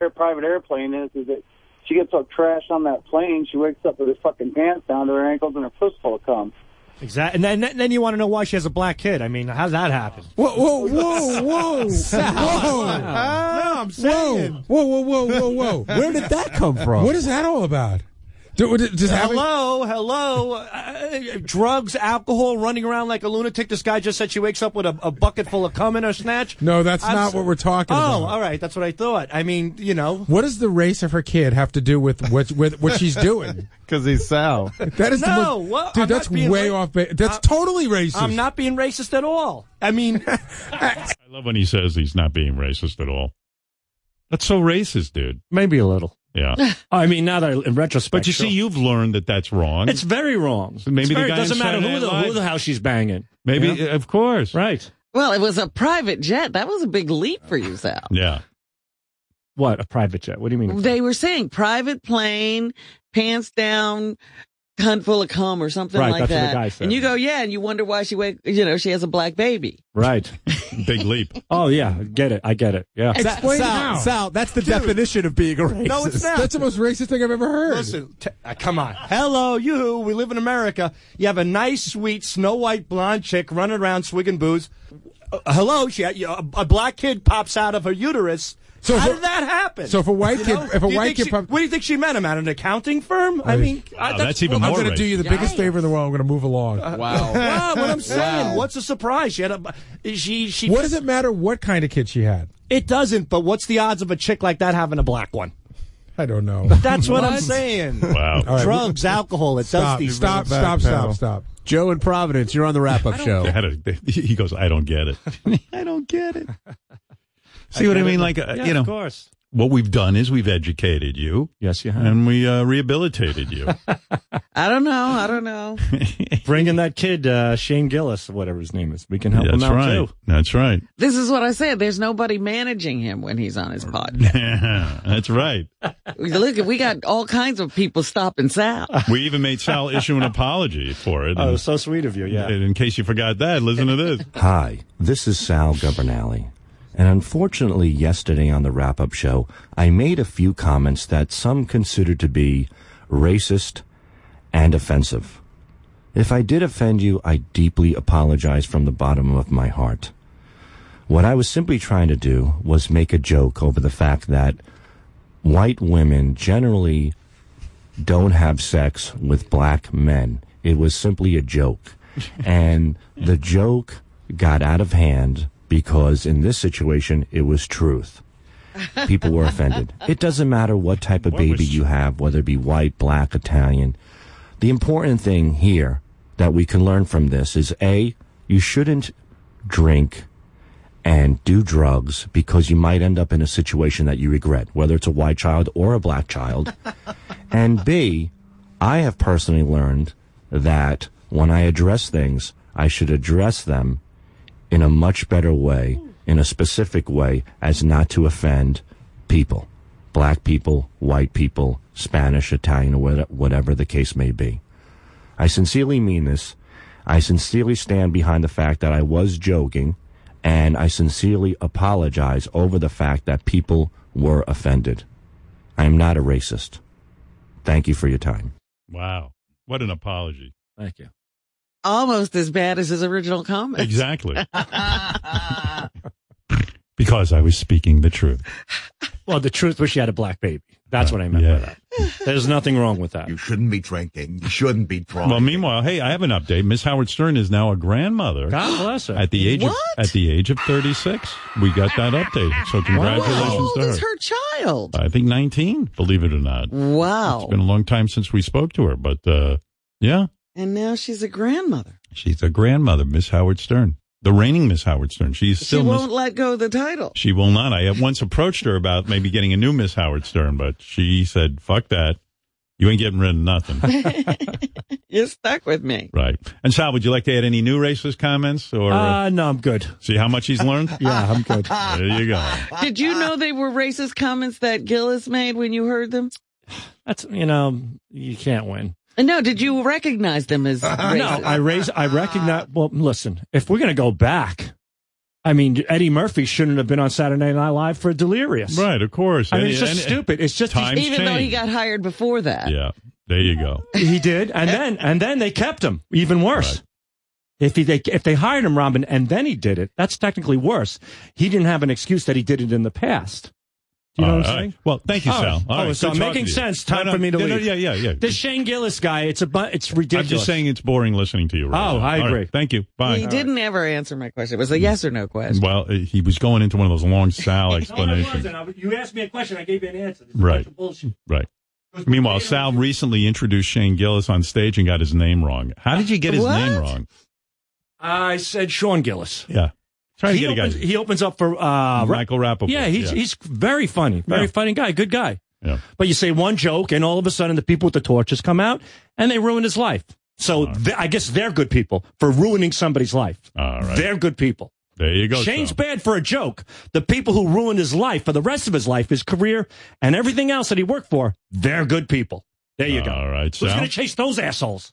[SPEAKER 21] her private airplane is is that she gets all trashed on that plane. She wakes up with her fucking pants down to her ankles and her fist full of cum.
[SPEAKER 22] Exactly. And then, then you want to know why she has a black kid. I mean, how did that happen?
[SPEAKER 10] Whoa, whoa, whoa, whoa. whoa.
[SPEAKER 22] No, I'm saying.
[SPEAKER 10] Whoa, whoa, whoa, whoa, whoa. Where did that come from?
[SPEAKER 23] What is that all about? Do- what- does having-
[SPEAKER 22] hello, hello. Uh, drugs, alcohol, running around like a lunatic. This guy just said she wakes up with a, a bucket full of cum in her snatch.
[SPEAKER 23] No, that's
[SPEAKER 22] I'm
[SPEAKER 23] not
[SPEAKER 22] s-
[SPEAKER 23] what we're
[SPEAKER 22] Oh,
[SPEAKER 23] talking about.
[SPEAKER 22] all right. That's what I thought. I mean, you know.
[SPEAKER 23] What does the race of her kid have to do with what with what she's doing?
[SPEAKER 20] Because he's Sal.
[SPEAKER 23] That is
[SPEAKER 22] No,
[SPEAKER 23] the most,
[SPEAKER 22] what?
[SPEAKER 23] dude.
[SPEAKER 22] I'm
[SPEAKER 23] that's
[SPEAKER 22] not being
[SPEAKER 23] way
[SPEAKER 22] ra-
[SPEAKER 23] off. Ba- that's
[SPEAKER 22] I'm-
[SPEAKER 23] totally racist.
[SPEAKER 22] I'm not being racist at all. I mean,
[SPEAKER 4] I love when he says he's not being racist at all. That's so racist, dude.
[SPEAKER 19] Maybe a little.
[SPEAKER 4] Yeah.
[SPEAKER 19] Oh, I mean, now that I, in retrospect.
[SPEAKER 4] But you see,
[SPEAKER 19] sure.
[SPEAKER 4] you've learned that that's wrong.
[SPEAKER 19] It's very wrong.
[SPEAKER 4] So maybe
[SPEAKER 19] It's
[SPEAKER 4] the
[SPEAKER 19] very-
[SPEAKER 4] guy
[SPEAKER 19] doesn't
[SPEAKER 4] inside
[SPEAKER 19] matter who the,
[SPEAKER 4] that live-
[SPEAKER 19] who the house she's banging.
[SPEAKER 4] Maybe,
[SPEAKER 19] you know?
[SPEAKER 4] of course.
[SPEAKER 19] Right.
[SPEAKER 1] Well, it was a private jet. That was a big leap for you, Sal.
[SPEAKER 4] Yeah.
[SPEAKER 19] What a private jet. What do you mean?
[SPEAKER 1] They were saying private plane, pants down, cunt full of cum or something
[SPEAKER 19] Right,
[SPEAKER 1] like
[SPEAKER 19] that's what the
[SPEAKER 1] that.
[SPEAKER 19] guy said.
[SPEAKER 1] And you go, yeah, and you wonder why she wake, you know, she has a black baby.
[SPEAKER 19] Right.
[SPEAKER 4] Big leap.
[SPEAKER 19] Oh yeah, I get it. I get it. Yeah.
[SPEAKER 23] Explain
[SPEAKER 22] Sal,
[SPEAKER 23] how.
[SPEAKER 22] Sal, that's the definition of being a racist. No, it's not.
[SPEAKER 23] That's the most racist thing I've ever heard.
[SPEAKER 22] Listen, t-
[SPEAKER 19] Ah,
[SPEAKER 22] uh, come on. Hello, you. We live in America. You have a nice, sweet, snow white blonde chick uh, running around swigging booze. Uh, hello, she, you- a, a black kid pops out of her uterus. So
[SPEAKER 19] how
[SPEAKER 22] for-
[SPEAKER 19] did that happen?
[SPEAKER 22] so if a white
[SPEAKER 19] You
[SPEAKER 22] kid-
[SPEAKER 19] know?
[SPEAKER 22] if a
[SPEAKER 19] Do you
[SPEAKER 22] white
[SPEAKER 19] think
[SPEAKER 22] kid
[SPEAKER 19] she-
[SPEAKER 22] pub-
[SPEAKER 19] what do you think she met him at an accounting firm? I mean,
[SPEAKER 23] Oh,
[SPEAKER 19] I-
[SPEAKER 10] Oh,
[SPEAKER 22] I'm going to do you the biggest favor in the world. I'm going to move along.
[SPEAKER 19] Uh, wow, what I'm saying,
[SPEAKER 22] Wow.
[SPEAKER 19] what's a surprise? She had a she she.
[SPEAKER 22] What does it matter what kind of kid she had?
[SPEAKER 19] It doesn't. But what's the odds of a chick like that having a black one?
[SPEAKER 22] I don't know.
[SPEAKER 19] That's what, I'm saying.
[SPEAKER 4] Wow.
[SPEAKER 22] All right,
[SPEAKER 19] Drugs,
[SPEAKER 22] we-
[SPEAKER 19] alcohol, it
[SPEAKER 22] Stop,
[SPEAKER 19] does these
[SPEAKER 22] stop,
[SPEAKER 19] things.
[SPEAKER 22] stop, stop, stop.
[SPEAKER 4] Joe in Providence, you're on the wrap
[SPEAKER 19] I don't- show.
[SPEAKER 4] They had a, they- he goes, I don't get it. I don't get it. See what I
[SPEAKER 19] get
[SPEAKER 4] mean?
[SPEAKER 19] it.
[SPEAKER 4] Like, uh,
[SPEAKER 19] Yeah,
[SPEAKER 4] you know,
[SPEAKER 19] of course.
[SPEAKER 4] what we've done is we've educated you. Yes, you have. And we uh, rehabilitated you.
[SPEAKER 1] I don't know. I don't know.
[SPEAKER 19] Bring in that kid, uh, Shane Gillis, whatever his name is. We can help
[SPEAKER 4] That's
[SPEAKER 19] him out
[SPEAKER 4] right.
[SPEAKER 19] too.
[SPEAKER 4] That's right.
[SPEAKER 1] This is what I said. There's nobody managing him when he's on his pod.
[SPEAKER 4] That's right.
[SPEAKER 1] Look, we got all kinds of people stopping Sal.
[SPEAKER 4] We even made Sal issue an apology for it.
[SPEAKER 19] Oh, it was so sweet of you. Yeah.
[SPEAKER 4] And in case you forgot that, listen to this.
[SPEAKER 2] Hi, this is Sal Governale. And unfortunately, yesterday on the wrap up show, I made a few comments that some consider to be racist and offensive. If I did offend you, I deeply apologize from the bottom of my heart. What I was simply trying to do was make a joke over the fact that white women generally don't have sex with black men. It was simply a joke. And the joke got out of hand because in this situation, it was truth. People were offended. It doesn't matter what type of baby you have, whether it be white, black, Italian. The important thing here that we can learn from this is A, you shouldn't drink and do drugs because you might end up in a situation that you regret, whether it's a white child or a black child. and B, I have personally learned that when I address things, I should address them in a much better way, in a specific way, as not to offend people black people, white people, Spanish, Italian, or whate- whatever the case may be. I sincerely mean this. I sincerely stand behind the fact that I was joking, and I sincerely apologize over the fact that people were offended. I am not a racist. Thank you for your time.
[SPEAKER 4] Wow. What an apology. Thank you.
[SPEAKER 1] Almost as bad as his original comment.
[SPEAKER 4] Exactly. Because I was speaking the truth.
[SPEAKER 19] Well, the truth was she had a black baby. That's what I meant by that. There's nothing wrong with that. You
[SPEAKER 4] shouldn't be drinking. You shouldn't be drunk. Well, meanwhile, hey, I have an update. Miss Howard Stern is now a grandmother.
[SPEAKER 19] God bless her.
[SPEAKER 4] At the age
[SPEAKER 1] What?
[SPEAKER 4] of at the age of 36, we got that update. So
[SPEAKER 1] How
[SPEAKER 4] congratulations
[SPEAKER 1] old
[SPEAKER 4] to her.
[SPEAKER 1] is her child?
[SPEAKER 4] I think 19, believe it or not.
[SPEAKER 1] Wow.
[SPEAKER 4] It's been a long time since we spoke to her, but uh, yeah,
[SPEAKER 1] And now she's a grandmother.
[SPEAKER 4] she's a grandmother, Miss Howard Stern, the reigning Miss Howard Stern. She's still
[SPEAKER 1] she
[SPEAKER 4] Miss
[SPEAKER 1] won't let go of the title.
[SPEAKER 4] She will not. I have once approached her about maybe getting a new Miss Howard Stern, but she said, fuck that. You ain't getting rid of nothing.
[SPEAKER 1] You're stuck with me.
[SPEAKER 4] right. And Sal, would you like to add any new racist comments or?
[SPEAKER 1] Uh,
[SPEAKER 19] no, I'm good.
[SPEAKER 4] See how much he's learned?
[SPEAKER 19] yeah, I'm good.
[SPEAKER 4] There you go.
[SPEAKER 1] Did you know they were racist comments that Gillis made when you heard them?
[SPEAKER 19] That's you know you can't win.
[SPEAKER 1] And No, did you recognize them as racist?
[SPEAKER 19] No, I raise. I recognize. Well, listen. If we're gonna go back, I mean, Eddie Murphy shouldn't have been on Saturday Night Live for Delirious.
[SPEAKER 4] Right, of course.
[SPEAKER 19] I mean,
[SPEAKER 4] Any-
[SPEAKER 19] it's just
[SPEAKER 4] any-
[SPEAKER 19] stupid. It's just
[SPEAKER 4] Times
[SPEAKER 1] even though he got hired before that.
[SPEAKER 4] Yeah. There you go.
[SPEAKER 19] He did, and then and then they kept him. Even worse. If he, they if they hired him, Robin, and then he did it, that's technically worse. He didn't have an excuse that he did it in the past. Do you know
[SPEAKER 4] All
[SPEAKER 19] what I'm
[SPEAKER 4] right.
[SPEAKER 19] saying?
[SPEAKER 4] Well, thank you,
[SPEAKER 19] All
[SPEAKER 4] Sal.
[SPEAKER 19] right.
[SPEAKER 4] All
[SPEAKER 19] oh,
[SPEAKER 4] right.
[SPEAKER 19] so
[SPEAKER 4] Good talking
[SPEAKER 19] making
[SPEAKER 4] to you.
[SPEAKER 19] sense. Time
[SPEAKER 4] No, no,
[SPEAKER 19] for me to
[SPEAKER 4] no, no,
[SPEAKER 19] leave.
[SPEAKER 4] yeah, yeah, yeah.
[SPEAKER 19] The Shane Gillis guy. It's a bu- it's
[SPEAKER 4] I'm
[SPEAKER 19] ridiculous.
[SPEAKER 4] just saying it's boring listening to you right
[SPEAKER 19] Oh,
[SPEAKER 4] now.
[SPEAKER 19] I
[SPEAKER 4] All right.
[SPEAKER 19] agree.
[SPEAKER 4] Thank you. Bye.
[SPEAKER 1] He didn't ever answer my question. It was a yes or no question.
[SPEAKER 4] Well, uh, he was going into one of those long Sal explanations.
[SPEAKER 19] You asked me a question. I gave you an answer.
[SPEAKER 4] Right. Right. Meanwhile, Sal recently introduced Shane Gillis on stage and got his name wrong. How did you get his
[SPEAKER 19] What?
[SPEAKER 4] name wrong?
[SPEAKER 19] I said Sean Gillis.
[SPEAKER 4] Yeah. Try to
[SPEAKER 19] he
[SPEAKER 4] get a guy.
[SPEAKER 19] opens, He opens up for uh,
[SPEAKER 4] Michael Rappaport.
[SPEAKER 19] Yeah, he's
[SPEAKER 4] Yeah.
[SPEAKER 19] he's very funny, very
[SPEAKER 4] Yeah.
[SPEAKER 19] funny guy, good guy.
[SPEAKER 4] Yeah.
[SPEAKER 19] But you say one joke, and all of a sudden the people with the torches come out and they ruin his life. So th- I guess they're good people for ruining somebody's life.
[SPEAKER 4] All right.
[SPEAKER 19] They're good people.
[SPEAKER 4] There you go.
[SPEAKER 19] Shane's bad for a joke. The people who ruined his life for the rest of his life, his career, and everything else that he worked for, they're good people. There you go.
[SPEAKER 4] All right,
[SPEAKER 19] Who's
[SPEAKER 4] Sal.
[SPEAKER 19] going to chase those assholes?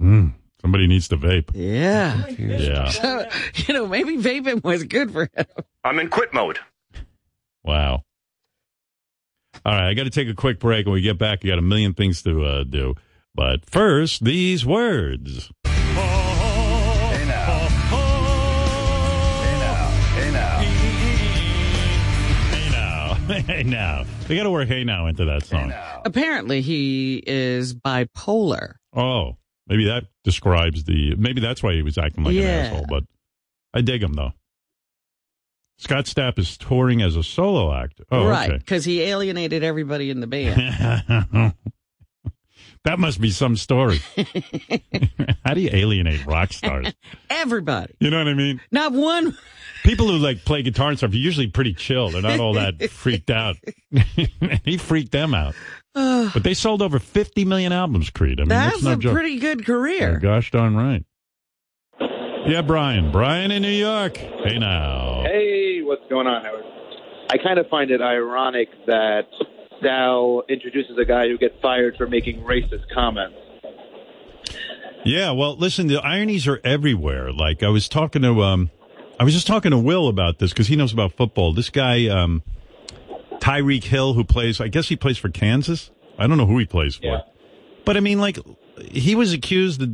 [SPEAKER 4] Mm, somebody needs to vape.
[SPEAKER 1] Yeah.
[SPEAKER 4] Yeah.
[SPEAKER 1] So, you know, maybe vaping was good for him.
[SPEAKER 9] I'm in quit mode.
[SPEAKER 4] Wow. All right, I got to take a quick break. When we get back, you got a million things to uh, do. But first, these words.
[SPEAKER 11] Hey now. Hey now. Hey now.
[SPEAKER 4] hey now, they got to work hey now into that song.
[SPEAKER 1] Apparently, he is bipolar.
[SPEAKER 4] Oh, maybe that describes the. Maybe that's why he was acting like
[SPEAKER 1] Yeah.
[SPEAKER 4] an asshole. But I dig him though. Scott Stapp is touring as a solo actor. Oh,
[SPEAKER 1] right,
[SPEAKER 4] okay.
[SPEAKER 1] because he alienated everybody in the band.
[SPEAKER 4] that must be some story. How do you alienate rock stars?
[SPEAKER 1] everybody.
[SPEAKER 4] You know what I mean?
[SPEAKER 1] Not one.
[SPEAKER 4] People who like play guitar and stuff are usually pretty chill. They're not all that freaked out. he freaked them out.
[SPEAKER 1] Ugh,
[SPEAKER 4] But they sold over 50 million albums, Creed. I mean, that's,
[SPEAKER 1] that's
[SPEAKER 4] no
[SPEAKER 1] a
[SPEAKER 4] joke.
[SPEAKER 1] pretty good
[SPEAKER 4] Oh,
[SPEAKER 1] career.
[SPEAKER 4] gosh darn right. Yeah, Brian. Brian in New York. Hey now.
[SPEAKER 3] Hey, what's going on, Howard? I kind of find it ironic that Dow introduces a guy who gets fired for making racist comments.
[SPEAKER 4] Yeah, well, listen, the ironies are everywhere. Like I was talking to, um, I was just talking to Will about this because he knows about football. This guy, um, Tyreek Hill, who plays, I guess he plays for Kansas. I don't know who he plays for, but I mean, like, he was accused of